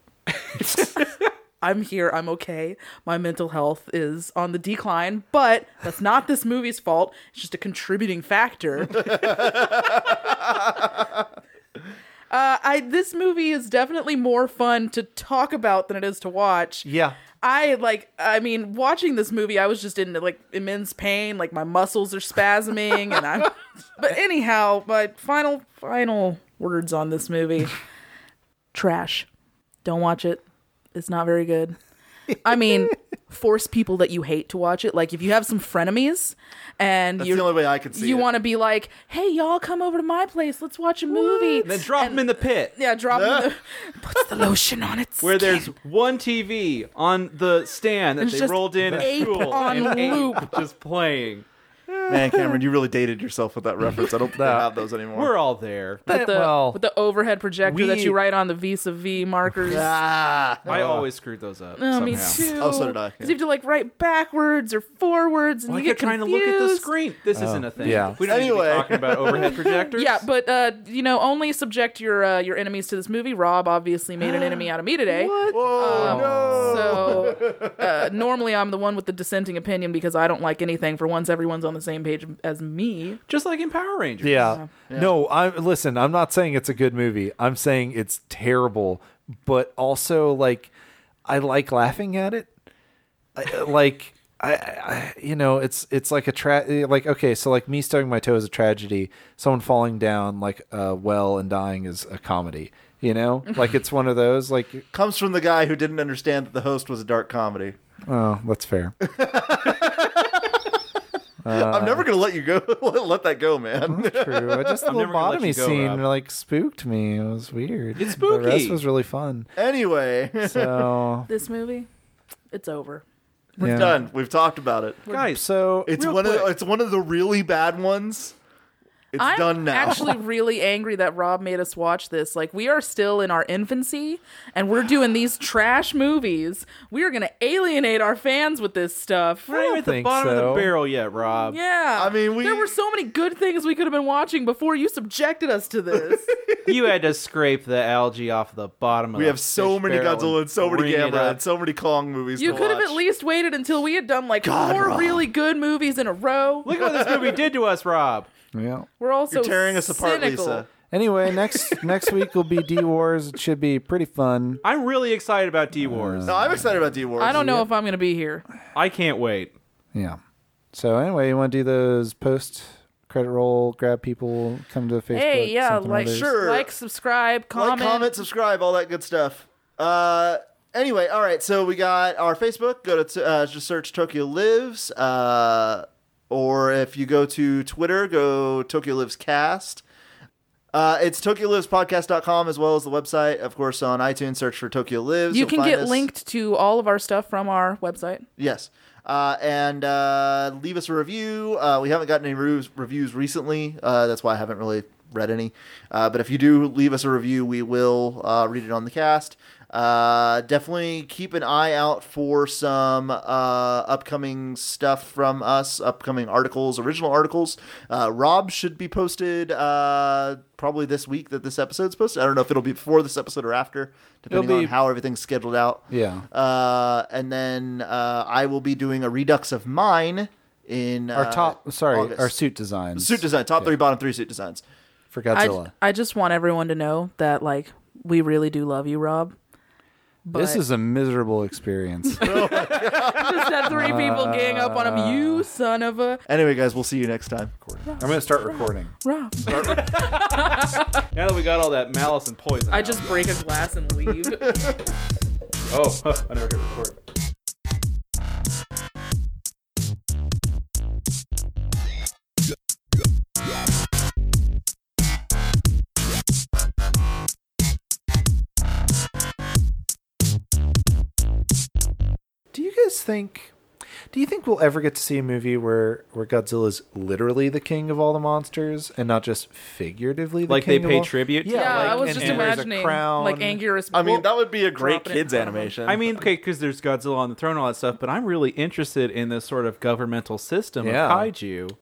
F: I'm here. I'm okay. My mental health is on the decline, but that's not this movie's fault. It's just a contributing factor. Uh, I this movie is definitely more fun to talk about than it is to watch.
D: yeah.
F: I like I mean watching this movie I was just in like immense pain like my muscles are spasming and
E: *laughs*
F: I'm but anyhow my final final words on this movie trash don't watch it it's not very good I
E: *laughs*
F: mean force people that you hate to watch it like if you have some frenemies and
E: That's
F: you
E: the only way I could see
F: you
E: it.
F: want to be like hey y'all come over to my place let's watch a movie
G: then drop them in the pit
F: yeah,
E: *laughs*
F: drop the, puts the lotion on its
G: where
F: skin.
G: there's one TV on the stand that
F: It's
G: they
F: just
G: rolled in at
F: ape
G: school
F: on
G: and ape
F: loop.
G: just playing. *laughs*
E: Man, Cameron, you really dated yourself with that reference. I don't think they have those anymore.
G: We're all there.
F: with the,
D: well,
F: with the overhead projector that
D: we-
F: you write on the vis a vis markers.
E: ah,
G: I
D: uh,
G: always screwed those up.
F: Oh,
G: somehow.
F: me too.
E: Oh, so did I,
F: Because you have to like write backwards or forwards, and
G: Well, I
F: you get
G: kept trying
F: confused.
G: to look at the screen. This isn't a thing.
D: Oh, yeah.
G: We don't need to
E: Anyway.
G: be talking
E: *laughs*
G: about overhead projectors.
F: Yeah, but uh, you know, only subject your uh, your enemies to this movie. Rob obviously made an
G: *gasps*
F: enemy out of me today. Um,
E: Whoa,
G: Oh,
E: no.
F: So
G: *laughs*
F: uh, normally I'm the one with the dissenting opinion because I don't like anything. For once, everyone's on the same page as me.
G: just like in Power Rangers.
D: Yeah. No, I listen, I'm not saying it's a good movie. I'm saying it's terrible, but also like I like laughing at it. I, uh, like I, I you know, it's it's like a tra- like okay, so like me stubbing my toe is a tragedy. Someone falling down like a well and dying is a comedy. You
G: *laughs*
D: know? Like it's one of those like
E: comes from the guy who didn't understand that the host was a dark comedy.
D: oh, that's fair.
G: *laughs*
E: I'm never gonna let you go. *laughs* let that go, *laughs* man.
D: True. I just the
G: never gonna let
D: lobotomy
G: you go,
D: scene
G: Rob.
D: like spooked me. It was weird.
G: It's
D: The rest
G: spooky.
D: was really
G: *laughs*
D: fun.
E: anyway,
D: So
F: This movie, it's over.
D: we're yeah.
E: done. We've talked about it.
G: Guys,
D: So
E: It's
G: Real
E: one of
G: quick.
E: the, it's one of the really bad ones. It's
F: I'm
E: done now. *laughs*
F: actually really angry that Rob made us watch this. Like we are still in our infancy and we're doing these trash movies. We are going to alienate our fans with this stuff.
G: We're not even at the
L: think
G: bottom of the
L: so.
G: barrel yet, Rob.
F: Yeah.
E: I mean, we-
F: There were so many good things we could have been watching before you subjected us to
E: *laughs*
F: this.
G: You had to scrape the algae off the bottom of
E: we
F: Oh,
G: the
E: have so
G: fish
E: many
G: barrel
E: Godzilla and so many
G: bring it
E: Gamera
G: up.
E: and so many Kong movies.
F: you
E: to
F: could have
E: watch.
F: at least waited until we had done like four really good movies in a row.
G: Look what this movie did to us, Rob.
D: Yeah.
F: We're also
E: You're tearing us apart,
F: cynical.
E: Lisa.
D: Anyway, *laughs* next next week will be D Wars. It should be pretty fun.
G: I'm really excited about D Wars.
D: Uh,
E: No, I'm excited about D Wars.
F: I don't know if I'm going to be here.
G: I can't wait.
D: Yeah. So anyway, you want to do those post credit roll, grab people, come to Facebook.
F: Hey, yeah,
D: something or
F: like
D: others.
E: Sure.
F: like, subscribe,
E: Like,
F: comment.
E: comment, subscribe, all that good stuff. Uh, anyway, all right. So we got our Facebook. Go to uh, just search Tokyo Lives, uh, or if you go to Twitter, go Tokyo Lives Cast. Uh, it's TokyoLivesPodcast.com as well as the website. Of course, on iTunes, search for Tokyo Lives.
F: you
E: You'll
F: can
E: find
F: get
E: us.
F: linked to all of our stuff from our website.
E: Yes. Uh, and uh, leave us a review. Uh, we haven't gotten any reviews, reviews recently. Uh, that's why I haven't really read any. Uh, but if you do leave us a review, we will uh, read it on the cast. Uh, definitely keep an eye out for some uh, upcoming stuff from us, upcoming articles, original articles. Uh, Rob should be posted uh, probably this week that this episode's posted. I don't know if it'll be before this episode or after, depending on
D: be-
E: how everything's scheduled out.
D: Yeah.
E: Uh, and then uh, I will be doing a redux of mine in
D: Our
E: uh,
D: top, sorry,
E: August.
D: our suit designs
E: suit design top three bottom three suit designs.
D: for
F: I,
D: Godzilla.
F: I just want everyone to know that like we really do love you, Rob. But
D: this is a miserable experience.
F: just had three people gang up on
D: Uh,
F: him. You son of a
E: Anyway, guys, we'll see you next time.
D: I'm going to start recording.
F: Rob.
G: Now that we got all that malice and poison,
F: I
G: out.
F: just break a glass
D: *laughs*
F: and leave.
G: oh, *laughs* I never hit record.
D: Do you guys think? Do you think we'll ever get to see a movie where where Godzilla's literally the king of all the monsters and not just figuratively? The
G: Like they
D: king of
G: pay
D: all-
G: tribute to
D: Yeah,
F: yeah,
D: like,
F: I was
D: and
F: just
D: he wears a
F: imagining
D: crown.
F: like Anguirus.
I: I mean,
F: Well,
I: that would be a great
F: Dropping it
I: kids
D: Uh-huh.
F: down.
I: animation.
G: I mean, okay, because there's Godzilla on the throne and all that stuff, but I'm really interested in this sort of governmental system
D: Yeah.
G: of kaiju.